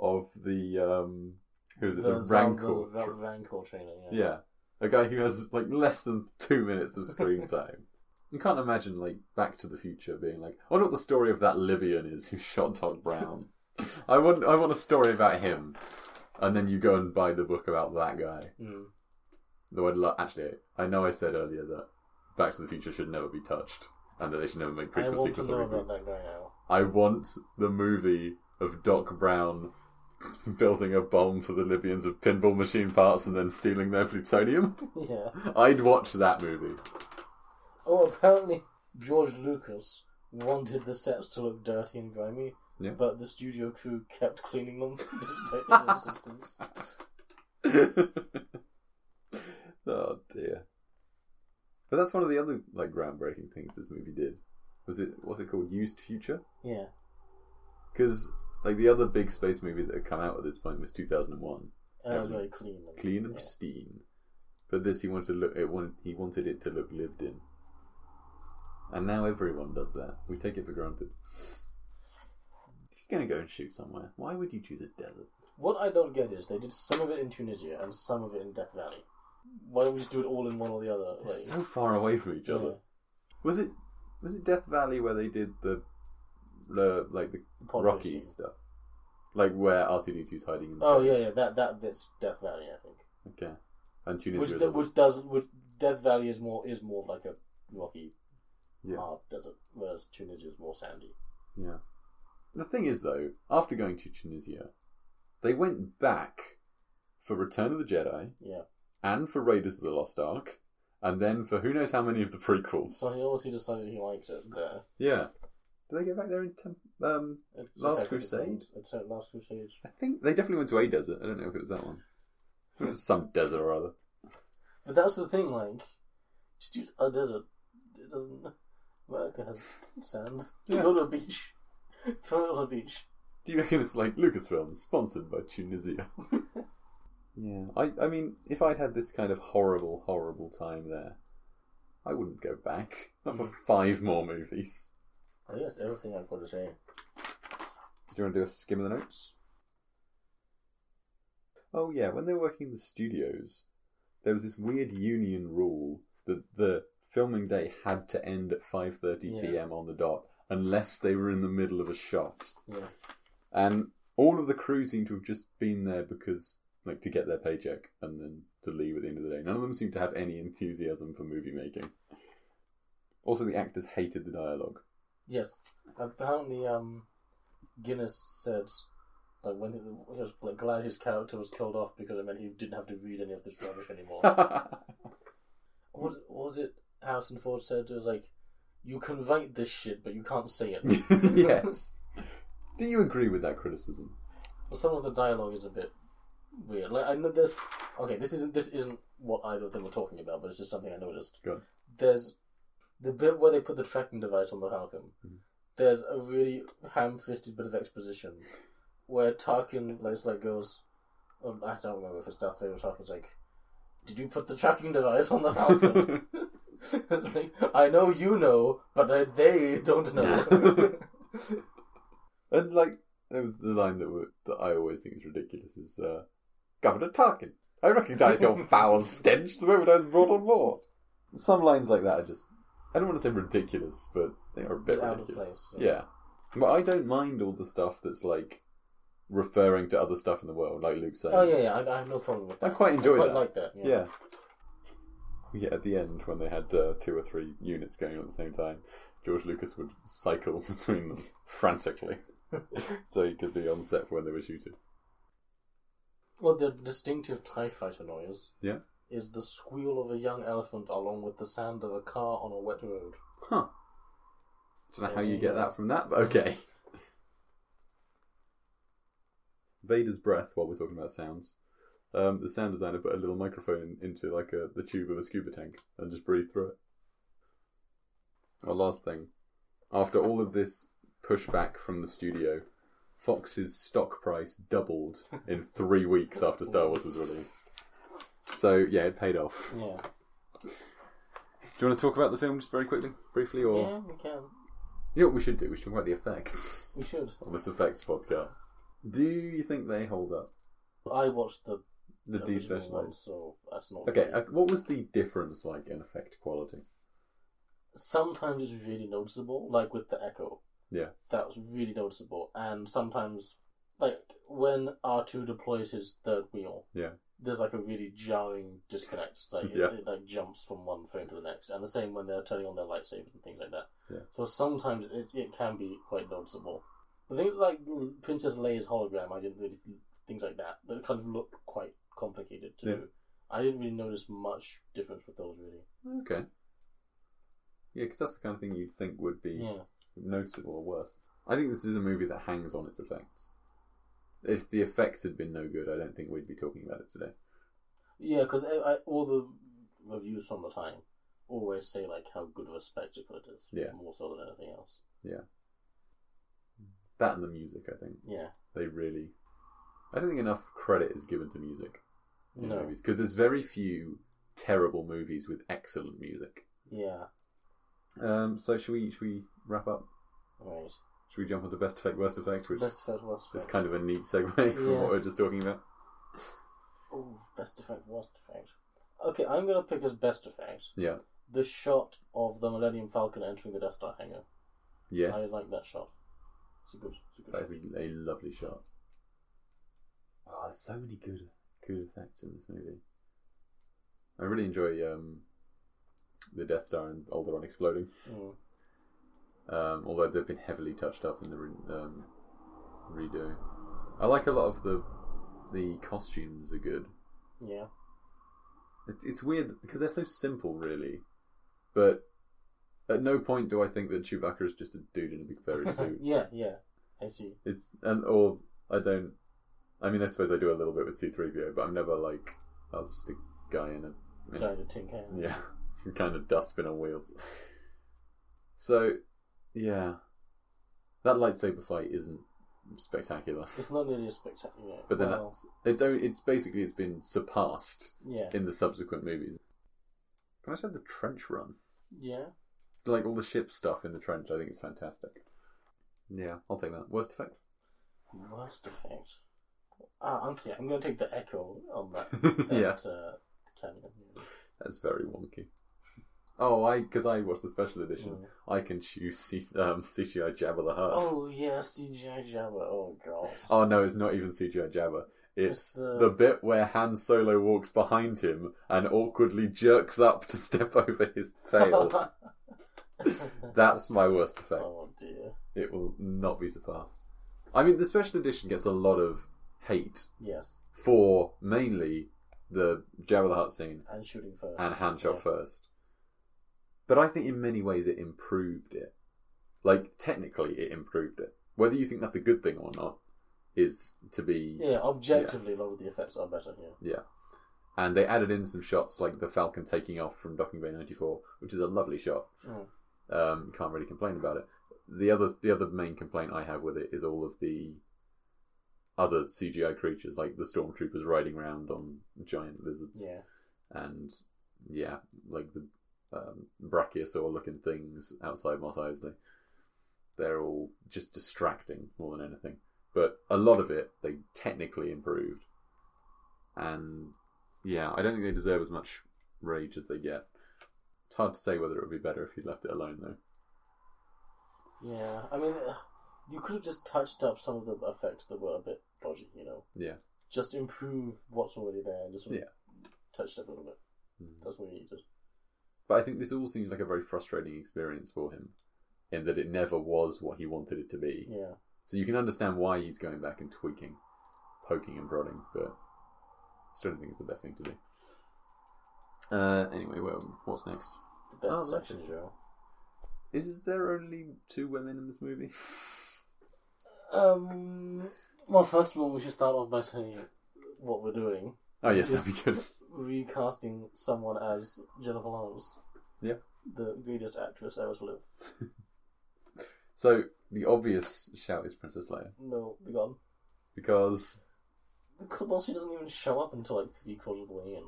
Speaker 1: of the um who is it the,
Speaker 2: Zal-
Speaker 1: Rancor
Speaker 2: the- the Rancor trainer. Yeah.
Speaker 1: yeah. A guy who has like less than two minutes of
Speaker 2: [laughs]
Speaker 1: screen time. You can't imagine like Back to the Future being like, I wonder what the story of that Libyan is who shot Todd
Speaker 2: [laughs]
Speaker 1: Brown. I want I want a story about him. And then you go and buy the book about that guy.
Speaker 2: Mm.
Speaker 1: Though I'd lo- actually I know I said earlier that Back to the Future should never be touched and that they should never make
Speaker 2: I
Speaker 1: prequel
Speaker 2: want to
Speaker 1: sequels
Speaker 2: know
Speaker 1: or
Speaker 2: about
Speaker 1: reboots.
Speaker 2: that guy now.
Speaker 1: I want the movie of Doc Brown [laughs] building a bomb for the Libyans of pinball machine parts and then stealing their plutonium.
Speaker 2: [laughs] yeah.
Speaker 1: I'd watch that movie.
Speaker 2: Oh, apparently George Lucas wanted the sets to look dirty and grimy,
Speaker 1: Yeah.
Speaker 2: but the studio crew kept cleaning them [laughs] despite his insistence.
Speaker 1: [laughs] oh dear. But that's one of the other like groundbreaking things this movie did. Was it what's it called? Used Future?
Speaker 2: Yeah,
Speaker 1: Because like the other big space movie that had come out at this point was 2001,
Speaker 2: and it was
Speaker 1: Yeah.
Speaker 2: very clean. and-
Speaker 1: clean and
Speaker 2: yeah.
Speaker 1: pristine. But this he wanted to look. It wanted, he wanted it to look lived in. And now everyone does that. We take it for granted. If you're gonna go and shoot somewhere, why would you choose a desert?
Speaker 2: What I don't get is they did some of it in Tunisia and some of it in Death Valley. Why don't we just do it all in one or the other?
Speaker 1: They're so far away from each other.
Speaker 2: yeah.
Speaker 1: Was it was it Death Valley where they did the the like the
Speaker 2: Pod
Speaker 1: Rocky
Speaker 2: racing.
Speaker 1: stuff, like where R two D 2s hiding? In the
Speaker 2: Oh yeah,
Speaker 1: caves?
Speaker 2: yeah. That that bit's Death Valley, I think.
Speaker 1: Okay, and
Speaker 2: Which,
Speaker 1: Tunisia. is
Speaker 2: that,
Speaker 1: all-
Speaker 2: which does which Death Valley is more is more of like a rocky,
Speaker 1: Yeah.
Speaker 2: hard desert, whereas Tunisia is more sandy.
Speaker 1: yeah. The thing is, though, after going to Tunisia, they went back for Return of the Jedi
Speaker 2: Yeah.
Speaker 1: and for Raiders of the Lost Ark, and then for who knows how many of the prequels.
Speaker 2: So he obviously decided he likes it there.
Speaker 1: Yeah. Did they go back there in temp- um?
Speaker 2: It's
Speaker 1: Last
Speaker 2: Attack of the
Speaker 1: Crusade?
Speaker 2: Clones. It's uh, Last Crusade.
Speaker 1: I think they definitely went to a desert. I don't know if it was that one. It was some desert or other.
Speaker 2: But that's the thing, like, just use a desert. It doesn't. America has sands.
Speaker 1: [laughs] Yeah.
Speaker 2: Go to a beach. [laughs] Throw it on a beach.
Speaker 1: Do you reckon it's like Lucasfilm, sponsored by Tunisia? [laughs] yeah, I, I mean, if I'd had this kind of horrible, horrible time there, I wouldn't go back. I'm for five more movies.
Speaker 2: I think that's everything I've got to say.
Speaker 1: Do you want to do a skim of the notes? Oh yeah, when they were working in the studios, there was this weird union rule that the filming day had to end at 5:30
Speaker 2: Yeah.
Speaker 1: p.m. on the dot unless they were in the middle of a shot.
Speaker 2: Yeah.
Speaker 1: And all of the crew seemed to have just been there because like to get their paycheck and then to leave at the end of the day. None of them seemed to have any enthusiasm for movie making. Also the actors hated the dialogue. [laughs]
Speaker 2: Yes. Apparently, um, Guinness said like when he he was like glad his character was killed off because it meant he didn't have to read any of this rubbish
Speaker 1: [laughs]
Speaker 2: anymore. what, what was it? Harrison Ford said it was like, "You can write this shit, but you can't say it."
Speaker 1: yes. Do you agree with that criticism?
Speaker 2: Well, some of the dialogue is a bit weird. Like I know this. Okay, this isn't this isn't what either of them were talking about, but it's just something I noticed.
Speaker 1: Go on.
Speaker 2: There's the bit where they put the tracking device on the Falcon.
Speaker 1: Hmm.
Speaker 2: There's a really ham-fisted bit of exposition where Tarkin like, like goes. Um, I don't remember if it's Darth Vader or Tarkin's like, "Did you put the tracking device on the Falcon?"
Speaker 1: [laughs]
Speaker 2: [laughs] It's like, I know you know, but I, they don't know.
Speaker 1: [laughs] And like there was the line that were, that I always think is ridiculous is uh, Governor Tarkin. I recognise
Speaker 2: [laughs]
Speaker 1: your foul stench the moment I was brought on board. Some lines like that are just I don't want to say ridiculous, but they are a [laughs] bit
Speaker 2: out of
Speaker 1: ridiculous.
Speaker 2: place.
Speaker 1: Yeah. But I don't mind all the stuff that's like referring to other stuff in the world, like Luke saying.
Speaker 2: Oh yeah, yeah. I, I have no problem with
Speaker 1: I
Speaker 2: that.
Speaker 1: quite enjoy
Speaker 2: I quite
Speaker 1: that.
Speaker 2: like that. Yeah.
Speaker 1: Yeah. Yeah, at the end when they had uh, two or three units going on at the same time, George Lucas would cycle [laughs] between them frantically, [laughs] so he could be on set for when they were shooting.
Speaker 2: Well, the distinctive Tie Fighter noise.
Speaker 1: Yeah.
Speaker 2: Is the squeal of a young elephant along with the sound of a car on a wet road.
Speaker 1: Huh. Don't know how you get that from that, but okay. Vader's breath. While we're talking about sounds, um, the sound designer put a little microphone in, into like a, the tube of a scuba tank and just breathed through it. Our last thing, after all of this pushback from the studio, Fox's stock price doubled in three weeks after Star Wars was released. So yeah, it paid off.
Speaker 2: Yeah.
Speaker 1: Do you want to talk about the film just very quickly, briefly, or?
Speaker 2: Yeah, we can.
Speaker 1: You know what we should do? We should talk about the effects
Speaker 2: [laughs] We should.
Speaker 1: on this effects podcast. Do you think they hold up?
Speaker 2: I watched the
Speaker 1: The
Speaker 2: original one,
Speaker 1: despecialized.
Speaker 2: so that's not.
Speaker 1: Okay, uh, what was the difference like in effect quality?
Speaker 2: Sometimes it's really noticeable, like with the echo.
Speaker 1: Yeah.
Speaker 2: That was really noticeable, and sometimes, like when R two deploys his third wheel,
Speaker 1: Yeah.
Speaker 2: there's like a really jarring disconnect. It's Like
Speaker 1: Yeah.
Speaker 2: it, it like jumps from one frame to the next, and the same when they're turning on their lightsabers and things like that.
Speaker 1: Yeah.
Speaker 2: So sometimes it, it can be quite noticeable. I think like Princess Leia's hologram, I didn't really things like that that kind of look quite complicated to
Speaker 1: Yeah.
Speaker 2: do. I didn't really notice much difference with those really.
Speaker 1: Okay. Yeah, because that's the kind of thing you'd think would be
Speaker 2: Yeah,
Speaker 1: noticeable or worse. I think this is a movie that hangs on its effects. If the effects had been no good, I don't think we'd be talking about it today.
Speaker 2: yeah, because I, I, all the reviews from the time always say like how good of a spectacle it is.
Speaker 1: Yeah.
Speaker 2: more so than anything else.
Speaker 1: That and the music, I think.
Speaker 2: Yeah,
Speaker 1: They really. I don't think enough credit is given to music in
Speaker 2: No.
Speaker 1: movies because there's very few terrible movies with excellent music.
Speaker 2: yeah,
Speaker 1: Um, so should we should we wrap up?
Speaker 2: right.
Speaker 1: Should we jump on the best effect, worst effect, which
Speaker 2: Best effect, worst
Speaker 1: is
Speaker 2: effect.
Speaker 1: kind of a neat segue [laughs] from
Speaker 2: Yeah.
Speaker 1: what we were just talking about?
Speaker 2: Oh, best effect, worst effect. Okay, I'm gonna pick as best effect
Speaker 1: Yeah.
Speaker 2: the shot of the Millennium Falcon entering the Death Star hangar.
Speaker 1: Yes.
Speaker 2: I like that shot. It's a good, it's a good
Speaker 1: That is
Speaker 2: shot.
Speaker 1: a, a lovely shot. Oh, there's so many good good effects in this movie. I really enjoy um, the Death Star and Alderaan exploding.
Speaker 2: Mm.
Speaker 1: Um, although they've been heavily touched up in the re- um, redo. I like a lot of the the costumes are good.
Speaker 2: Yeah,
Speaker 1: It's, it's weird because they're so simple, really. But at no point do I think that Chewbacca is just a dude in a big furry
Speaker 2: [laughs]
Speaker 1: suit.
Speaker 2: Uh, yeah, yeah. I see.
Speaker 1: it's and or I don't. I mean, I suppose I do a little bit with C three PO, but I'm never like I was just a guy in a in a
Speaker 2: Guy in a tin can.
Speaker 1: yeah, [laughs] kind of dustbin on wheels. So yeah, that lightsaber fight isn't spectacular,
Speaker 2: It's not nearly as spectacular.
Speaker 1: but then
Speaker 2: well,
Speaker 1: that's, it's o- it's basically it's been surpassed
Speaker 2: yeah,
Speaker 1: in the subsequent movies. Can I just have the trench run?
Speaker 2: Yeah.
Speaker 1: Like all the ship stuff in the trench, I think it's fantastic. Yeah, I'll take that. Worst
Speaker 2: Worst effect. Ah, okay. I'm going to take the echo on that.
Speaker 1: effect. [laughs]
Speaker 2: that,
Speaker 1: yeah,
Speaker 2: Uh, canyon.
Speaker 1: that's very wonky. Oh, I because I watched the special edition,
Speaker 2: Mm.
Speaker 1: I can choose C, um, CGI Jabba the Hutt. Oh.
Speaker 2: Oh yeah, CGI Jabba. Oh god.
Speaker 1: no, it's not even CGI Jabba. It's
Speaker 2: It's the-
Speaker 1: the bit where Han Solo walks behind him and awkwardly jerks up to [laughs] step over his
Speaker 2: [laughs]
Speaker 1: tail. That's my worst effect.
Speaker 2: oh dear.
Speaker 1: It will not be surpassed. I mean, the special edition gets a lot of hate
Speaker 2: Yes,
Speaker 1: for mainly the Jabba the Hutt scene
Speaker 2: and shooting first.
Speaker 1: and hand shot
Speaker 2: Yeah.
Speaker 1: first. But I think in many ways it improved it. Like, technically, it improved it. Whether you think that's a good thing or not is to be.
Speaker 2: Yeah, objectively, a lot of the effects are better here.
Speaker 1: Yeah. And they added in some shots like the Falcon taking off from Docking Bay 94, which is a lovely shot.
Speaker 2: Mm.
Speaker 1: Um, can't really complain about it. The other the other main complaint I have with it is all of the other CGI creatures, like the stormtroopers riding around on giant lizards,
Speaker 2: Yeah,
Speaker 1: and yeah, like the um, brachiosaur looking things outside Mos Eisley. They're all just distracting more than anything. But a lot of it they technically improved, and yeah, I don't think they deserve as much rage as they get. It's hard to say whether it would be better if you left it alone, though.
Speaker 2: yeah. I mean, uh, you could have just touched up some of the effects that were a bit dodgy. You know.
Speaker 1: Yeah.
Speaker 2: Just improve what's already there. and Just sort of
Speaker 1: Yeah.
Speaker 2: touch it up a little bit. That's what you needed.
Speaker 1: But I think this all seems like a very frustrating experience for him, in that it never was what he wanted it to be.
Speaker 2: Yeah.
Speaker 1: So you can understand why he's going back and tweaking, poking and prodding, but I still don't think it's the best thing to do. Uh, anyway, well, what's next?
Speaker 2: The best
Speaker 1: Oh,
Speaker 2: section,
Speaker 1: lovely.
Speaker 2: Joe.
Speaker 1: Is there only two women in this movie?
Speaker 2: Um. Well, first of all, we should start off by saying what we're doing.
Speaker 1: [laughs] Oh yes, that'd be good.
Speaker 2: recasting someone as Jennifer Lawrence.
Speaker 1: Yeah.
Speaker 2: The greatest actress ever to live.
Speaker 1: So the obvious shout is Princess Leia
Speaker 2: No, be gone.
Speaker 1: because [laughs]
Speaker 2: Well, she doesn't even show up until like three quarters of the way in.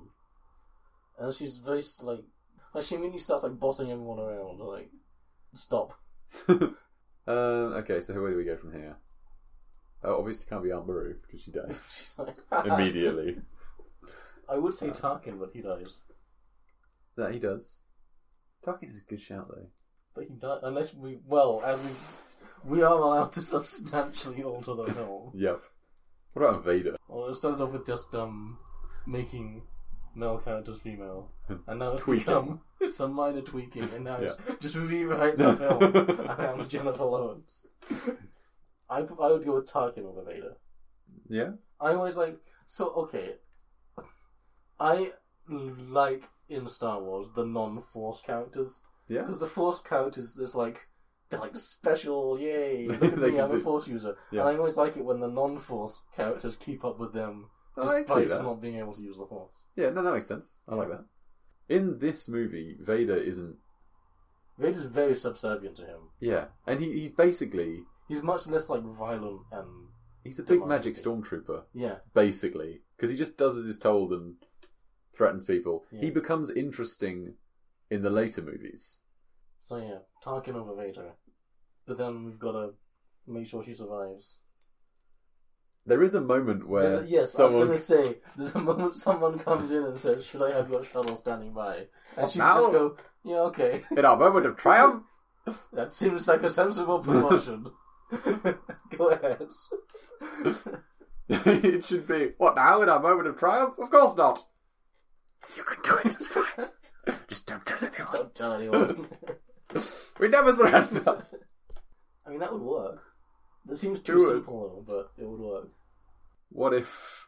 Speaker 2: And she's very, s- like, like she immediately starts like bossing everyone around. Like, stop. [laughs]
Speaker 1: um, okay, so where do we go from here? Oh, obviously can't be Aunt Beru because she [laughs] dies
Speaker 2: She's like, [laughs]
Speaker 1: immediately.
Speaker 2: I would say Tarkin, but he dies.
Speaker 1: That he does. Tarkin is a good shout though.
Speaker 2: But he dies unless we, well, as we, we are allowed to substantially alter the film.
Speaker 1: Yep. What about Vader?
Speaker 2: Well, it started off with just um, making male characters female, and now it's
Speaker 1: Hmm. Tweaking.
Speaker 2: become [laughs] some minor tweaking, and now it's just rewrite
Speaker 1: No.
Speaker 2: the
Speaker 1: [laughs]
Speaker 2: film around Jennifer Lawrence. I, I would go with Tarkin over Vader.
Speaker 1: Yeah.
Speaker 2: I always like so okay. I like in Star Wars the non-Force characters
Speaker 1: Yeah.
Speaker 2: because the Force characters is like they're like special, yay!
Speaker 1: [laughs]
Speaker 2: Look
Speaker 1: They
Speaker 2: at me,
Speaker 1: can
Speaker 2: I'm a
Speaker 1: do-
Speaker 2: Force user,
Speaker 1: Yeah.
Speaker 2: and I always like it when the non-Force characters keep up with them
Speaker 1: I'd say
Speaker 2: despite
Speaker 1: that.
Speaker 2: not being able to use the force.
Speaker 1: Yeah, no, that makes sense. I like that. In this movie, Vader isn't.
Speaker 2: Vader's very subservient to him.
Speaker 1: Yeah, and he, he's basically
Speaker 2: He's much less like violent and
Speaker 1: he's a big
Speaker 2: Demonic.
Speaker 1: magic stormtrooper,
Speaker 2: yeah,
Speaker 1: basically, because he just does as he's told and threatens people. He
Speaker 2: Yeah.
Speaker 1: becomes interesting in the later movies.
Speaker 2: So yeah, Tarkin over Vader. But then we've got to make sure she survives.
Speaker 1: There is a moment where
Speaker 2: There's a- yes, I
Speaker 1: someone
Speaker 2: was going to say, there's a moment someone comes in and says, "Should I have your shuttle standing by?" And she
Speaker 1: Now-
Speaker 2: just go, "Yeah, okay." [laughs]
Speaker 1: in our moment of triumph. [laughs]
Speaker 2: That seems like a sensible precaution. [laughs] go ahead. [laughs]
Speaker 1: it should be what now in our moment of triumph? Of course not.
Speaker 3: You can do it, it's
Speaker 2: [laughs]
Speaker 3: fine. Just don't tell anyone.
Speaker 2: Don't tell anyone. [laughs]
Speaker 1: We never surrender.
Speaker 2: I mean, that would work. That seems
Speaker 1: It
Speaker 2: too
Speaker 1: would.
Speaker 2: simple, though, but it would work.
Speaker 1: what if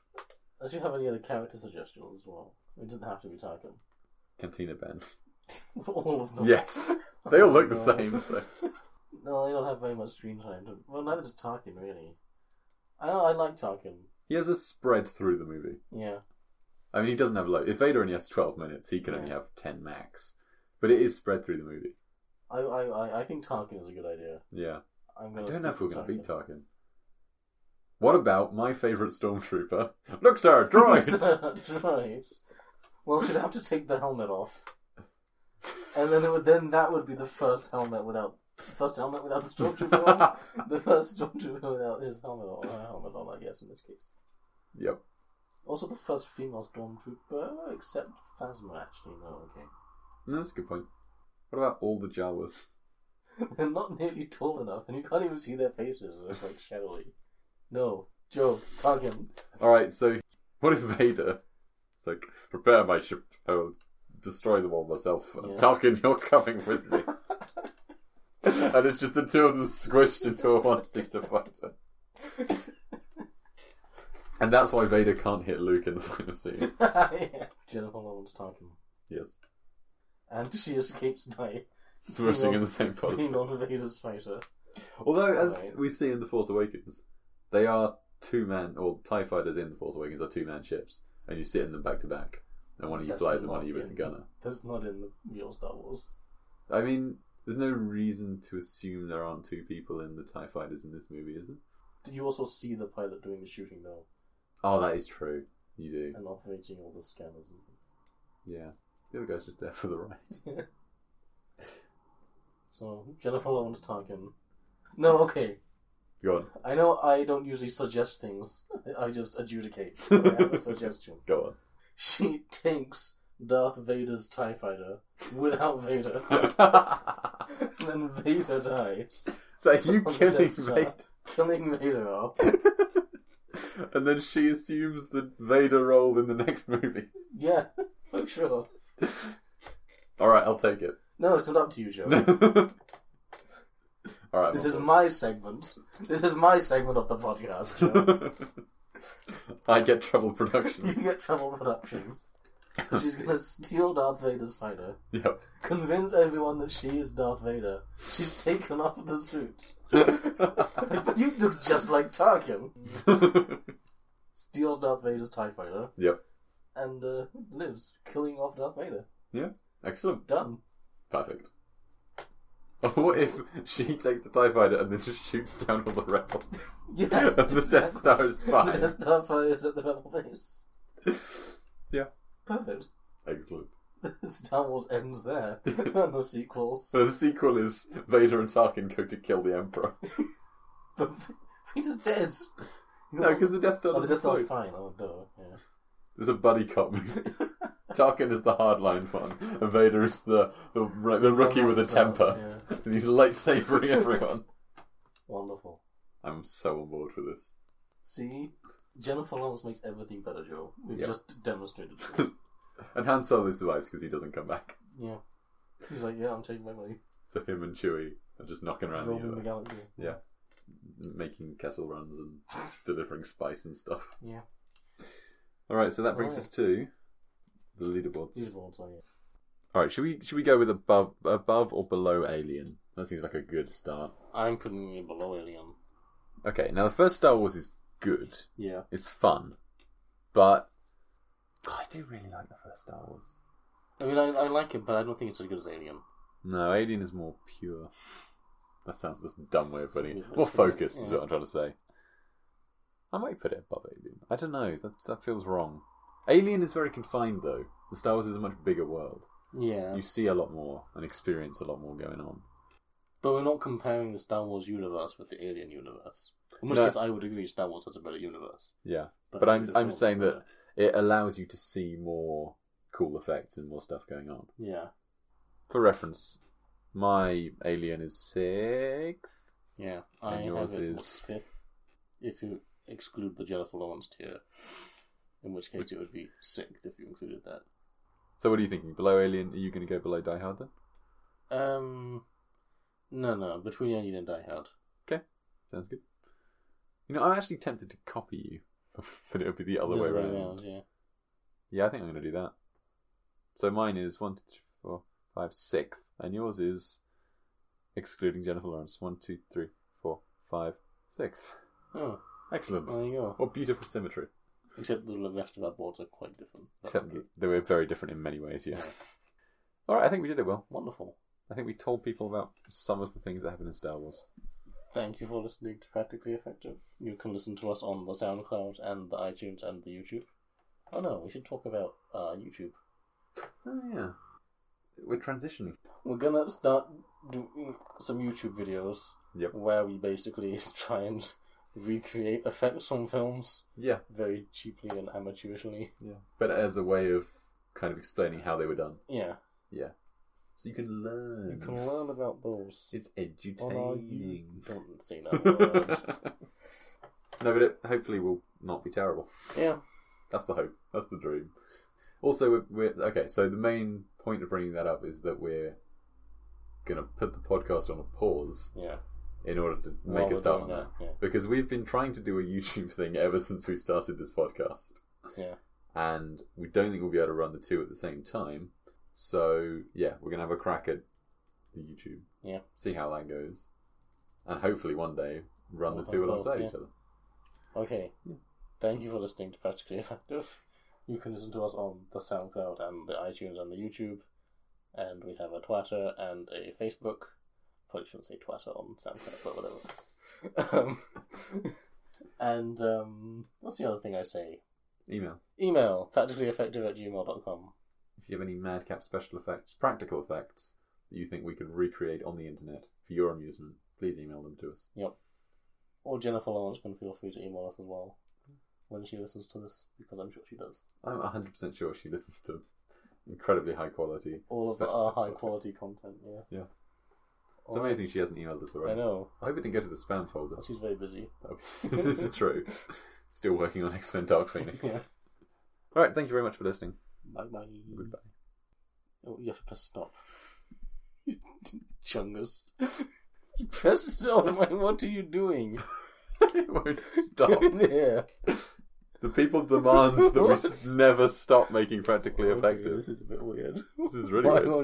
Speaker 2: Unless you have any other character suggestions as well. It doesn't have to be Tarkin. [laughs]
Speaker 1: Cantina Ben?
Speaker 2: All of them.
Speaker 1: [laughs]
Speaker 2: [laughs]
Speaker 1: Yes, they all look the
Speaker 2: Oh, no.
Speaker 1: same. So.
Speaker 2: No, they don't have very much screen time. To... Well, neither does Tarkin, really. I know, I like Tarkin.
Speaker 1: He has a spread through the movie.
Speaker 2: Yeah.
Speaker 1: I mean, he doesn't have a lot. If Vader only has 12 minutes, he can only
Speaker 2: Yeah.
Speaker 1: have 10 max. But it is spread through the movie.
Speaker 2: I, I, I, I think Tarkin is a good idea.
Speaker 1: Yeah.
Speaker 2: I'm
Speaker 1: I
Speaker 2: gonna
Speaker 1: don't know if
Speaker 2: stick
Speaker 1: we're
Speaker 2: with
Speaker 1: going to beat Tarkin. What about my favourite stormtrooper? [laughs] Look,
Speaker 2: [laughs]
Speaker 1: sir, droids!
Speaker 2: Droids. Well, she'd have to take the helmet off. and then it would, then that would be the first helmet without first helmet without the stormtrooper on.
Speaker 1: [laughs]
Speaker 2: The first stormtrooper without his helmet on, uh, helmet on, I guess in this case.
Speaker 1: yep.
Speaker 2: Also, the first female stormtrooper, except Phasma. Actually, no, okay, [laughs]
Speaker 1: No, that's a good point. What about all the Jawas?
Speaker 2: they're not nearly tall enough, and you can't even see their faces. It's like shadowy. No, Joe, tug [laughs] him.
Speaker 1: Alright, so what if Vader? It's like, prepare my ship. I will destroy them all myself. I'm
Speaker 2: Yeah.
Speaker 1: talking, you're coming with
Speaker 2: [laughs]
Speaker 1: me. and it's just the two of them squished into a one seater fighter. And that's why Vader can't hit Luke in the final scene.
Speaker 2: Jennifer Lawrence Tarkin.
Speaker 1: Yes.
Speaker 2: And she escapes by
Speaker 1: Smushing in the same pose.
Speaker 2: [laughs] being on Vader's fighter.
Speaker 1: Although, as
Speaker 2: Alright.
Speaker 1: we see in The Force Awakens, they are two man, or TIE fighters in The Force Awakens are two man ships, and you sit in them back to back, and one of you
Speaker 2: That's
Speaker 1: flies
Speaker 2: the
Speaker 1: and one of you is
Speaker 2: mark,
Speaker 1: the
Speaker 2: yeah.
Speaker 1: gunner.
Speaker 2: That's not in the real Star Wars.
Speaker 1: I mean, there's no reason to assume there aren't two people in the TIE fighters in this movie, is there?
Speaker 2: Did you also see the pilot doing the shooting though,
Speaker 1: Oh, that is true. You do.
Speaker 2: and operating all the scanners? and things?
Speaker 1: Yeah. The other guy's just there for the ride.
Speaker 2: So Jennifer Lawrence Tarkin. No, okay.
Speaker 1: Go on.
Speaker 2: I know I don't usually suggest things. I just adjudicate. I have a suggestion.
Speaker 1: Go on.
Speaker 2: She tanks Darth Vader's Tie Fighter without Vader,
Speaker 1: [laughs]
Speaker 2: then Vader dies,
Speaker 1: so you
Speaker 2: [laughs] On the
Speaker 1: killing
Speaker 2: Death Star.
Speaker 1: Vader?
Speaker 2: killing Vader off.
Speaker 1: And then she assumes the Vader role in the next movie.
Speaker 2: Yeah, [laughs] for sure.
Speaker 1: Alright, I'll take it. [laughs]
Speaker 2: No, it's not up to you, Joe.
Speaker 1: Alright.
Speaker 2: This is my segment. This is my segment of the podcast. Joe.
Speaker 1: [laughs] I get trouble
Speaker 2: you
Speaker 1: productions. [laughs]
Speaker 2: can get Trouble Productions. She's gonna steal Darth Vader's fighter,
Speaker 1: yep. [laughs]
Speaker 2: convince everyone that she is Darth Vader. She's taken off the suit, but you look just like Tarkin. Steals Darth Vader's Tie Fighter
Speaker 1: yep.
Speaker 2: and uh, lives, killing off Darth Vader.
Speaker 1: Excellent.
Speaker 2: Done.
Speaker 1: Perfect. [laughs] What if she takes the TIE fighter and then just shoots down all the rebels?
Speaker 2: [laughs] Yeah,
Speaker 1: and the Death Star
Speaker 2: [laughs]
Speaker 1: is
Speaker 2: The
Speaker 1: fine.
Speaker 2: Death Star fires at the rebel base.
Speaker 1: Yeah.
Speaker 2: Perfect. [laughs]
Speaker 1: Excellent.
Speaker 2: Star Wars ends there. [laughs] There are
Speaker 1: [laughs]
Speaker 2: no sequels.
Speaker 1: So the sequel is Vader and Tarkin go to kill the Emperor. [laughs]
Speaker 2: But Peter's dead.
Speaker 1: No, because the Death Star
Speaker 2: Oh, the
Speaker 1: doesn't
Speaker 2: Death Star's
Speaker 1: explode.
Speaker 2: fine. Oh, duh. Yeah.
Speaker 1: There's a buddy cop
Speaker 2: [laughs]
Speaker 1: movie. Tarkin is the hardline one, and Vader is the the, ru- the rookie with a
Speaker 2: Oh, Star Wars,
Speaker 1: temper.
Speaker 2: yeah.
Speaker 1: [laughs] And he's lightsabering everyone. [laughs]
Speaker 2: Wonderful.
Speaker 1: I'm so on board for this.
Speaker 2: See, Jennifer Lawrence makes everything better, Joe. We've
Speaker 1: Yep.
Speaker 2: just demonstrated this.
Speaker 1: [laughs] And Han Solo survives because he doesn't come back.
Speaker 2: yeah. He's like, yeah, I'm taking my money.
Speaker 1: So him and Chewie are just knocking around the
Speaker 2: Roaming the
Speaker 1: universe,
Speaker 2: galaxy.
Speaker 1: making castle runs and [laughs] delivering spice and stuff.
Speaker 2: Yeah.
Speaker 1: All right, so that brings
Speaker 2: Alright.
Speaker 1: us to the leaderboards.
Speaker 2: These are all so, yeah.
Speaker 1: All right, should we should we go with above above or below Alien? That seems like a good start.
Speaker 2: I'm putting it below Alien.
Speaker 1: Okay, now the first Star Wars is good.
Speaker 2: Yeah.
Speaker 1: It's fun, but I do really like the first Star Wars.
Speaker 2: I mean, I, I like it, but I don't think it's as good as Alien.
Speaker 1: No, Alien is more pure. That sounds just a dumb way of putting
Speaker 2: It's
Speaker 1: it.
Speaker 2: a
Speaker 1: More
Speaker 2: bit different,
Speaker 1: focused is
Speaker 2: yeah.
Speaker 1: what I'm trying to say. I might put it above Alien. I don't know. That that feels wrong. Alien is very confined though. The Star Wars is a much bigger world.
Speaker 2: Yeah.
Speaker 1: You see a lot more and experience a lot more going on.
Speaker 2: But we're not comparing the Star Wars universe with the Alien universe. In which
Speaker 1: No.
Speaker 2: case, I would agree Star Wars has a better universe.
Speaker 1: Yeah, but I'm I'm saying that it allows you to see more cool effects and more stuff going on.
Speaker 2: Yeah.
Speaker 1: For reference, my Alien is six.
Speaker 2: Yeah. I
Speaker 1: And yours
Speaker 2: have it
Speaker 1: is-
Speaker 2: as fifth. If you exclude the Jennifer Lawrence tier. In which case, it would be sixth if you included that.
Speaker 1: So what are you thinking? Below Alien? Are you going to go below Die Hard then?
Speaker 2: Um, no, no, between Alien and Die Hard.
Speaker 1: Sounds good. You know, I'm actually tempted to copy you, [laughs] but it would be the other way around.
Speaker 2: yeah.
Speaker 1: Yeah, I think I'm going to do that. So mine is one, two, three, four, five, sixth, and yours is, excluding Jennifer Lawrence, one, two, three, four, five, sixth.
Speaker 2: Oh,
Speaker 1: Excellent.
Speaker 2: there you go.
Speaker 1: What beautiful symmetry.
Speaker 2: Except the rest of our boards are quite different. But-
Speaker 1: Except that they were very different in many ways, [laughs] yeah. All right, I think we did it well.
Speaker 2: Wonderful.
Speaker 1: I think we told people about some of the things that happen in Star Wars.
Speaker 2: Thank you for listening to Practically Effective. You can listen to us on the SoundCloud and the iTunes and the YouTube. Oh no, we should talk about uh, YouTube.
Speaker 1: Oh, yeah. we're transitioning.
Speaker 2: We're gonna start doing some YouTube videos
Speaker 1: Yep.
Speaker 2: where we basically [laughs] try and recreate effects from films
Speaker 1: Yeah,
Speaker 2: very cheaply and amateurishly.
Speaker 1: yeah. But as a way of kind of explaining how they were done,
Speaker 2: Yeah,
Speaker 1: so you can learn.
Speaker 2: you can learn about those.
Speaker 1: It's
Speaker 2: on our
Speaker 1: edutaining.
Speaker 2: you don't
Speaker 1: [laughs]
Speaker 2: say that word.
Speaker 1: no, but it hopefully will not be terrible.
Speaker 2: yeah,
Speaker 1: That's the hope. That's the dream. Also, we're, we're okay. So the main point of bringing that up is that we're gonna put the podcast on a pause
Speaker 2: yeah.
Speaker 1: in order to
Speaker 2: While
Speaker 1: make
Speaker 2: we're
Speaker 1: a start on
Speaker 2: doing
Speaker 1: that.
Speaker 2: Yeah.
Speaker 1: because we've been trying to do a YouTube thing ever since we started this podcast.
Speaker 2: Yeah.
Speaker 1: And we don't think we'll be able to run the two at the same time. So, yeah, we're going to have a crack at the YouTube.
Speaker 2: Yeah.
Speaker 1: See how that goes. And hopefully one day run
Speaker 2: We'll
Speaker 1: the two
Speaker 2: have both,
Speaker 1: alongside
Speaker 2: yeah.
Speaker 1: each other.
Speaker 2: Okay.
Speaker 1: Yeah.
Speaker 2: Thank you for listening to Practically Effective. You can listen to us on the SoundCloud and the iTunes and the YouTube. And we have a Twitter and a Facebook. Probably shouldn't say Twitter on SoundCloud, but whatever. um, [laughs] and um, what's the other thing I say?
Speaker 1: Email.
Speaker 2: Email practicallyeffective at gmail.com.
Speaker 1: If you have any madcap special effects, practical effects that you think we could recreate on the internet for your amusement, please email them to us.
Speaker 2: Or Jennifer Lawrence can feel free to email us as well when she listens to this, because I'm sure she does.
Speaker 1: I'm 100% sure she listens to [laughs] incredibly high quality.
Speaker 2: All of
Speaker 1: special
Speaker 2: our
Speaker 1: effects
Speaker 2: high quality
Speaker 1: podcasts.
Speaker 2: content, yeah.
Speaker 1: Yeah. It's
Speaker 2: Or-
Speaker 1: amazing she hasn't emailed us already.
Speaker 2: I know.
Speaker 1: I hope it didn't go to the spam folder. [laughs]
Speaker 2: She's very busy.
Speaker 1: this is true. Still working on X Men Dark Phoenix.
Speaker 2: Yeah.
Speaker 1: [laughs] All right, thank you very much for listening.
Speaker 2: Bye bye.
Speaker 1: Goodbye.
Speaker 2: Oh, you have to press stop. [laughs] Chungus. You press stop. [laughs] I'm like, what are you doing?
Speaker 1: [laughs] it won't [laughs] stop.
Speaker 2: Down there.
Speaker 1: the people demand that we [laughs]
Speaker 2: What?
Speaker 1: s- never stop making practically
Speaker 2: Okay,
Speaker 1: effective.
Speaker 2: This is a bit weird.
Speaker 1: This is really
Speaker 2: [laughs] Why
Speaker 1: weird.
Speaker 2: won't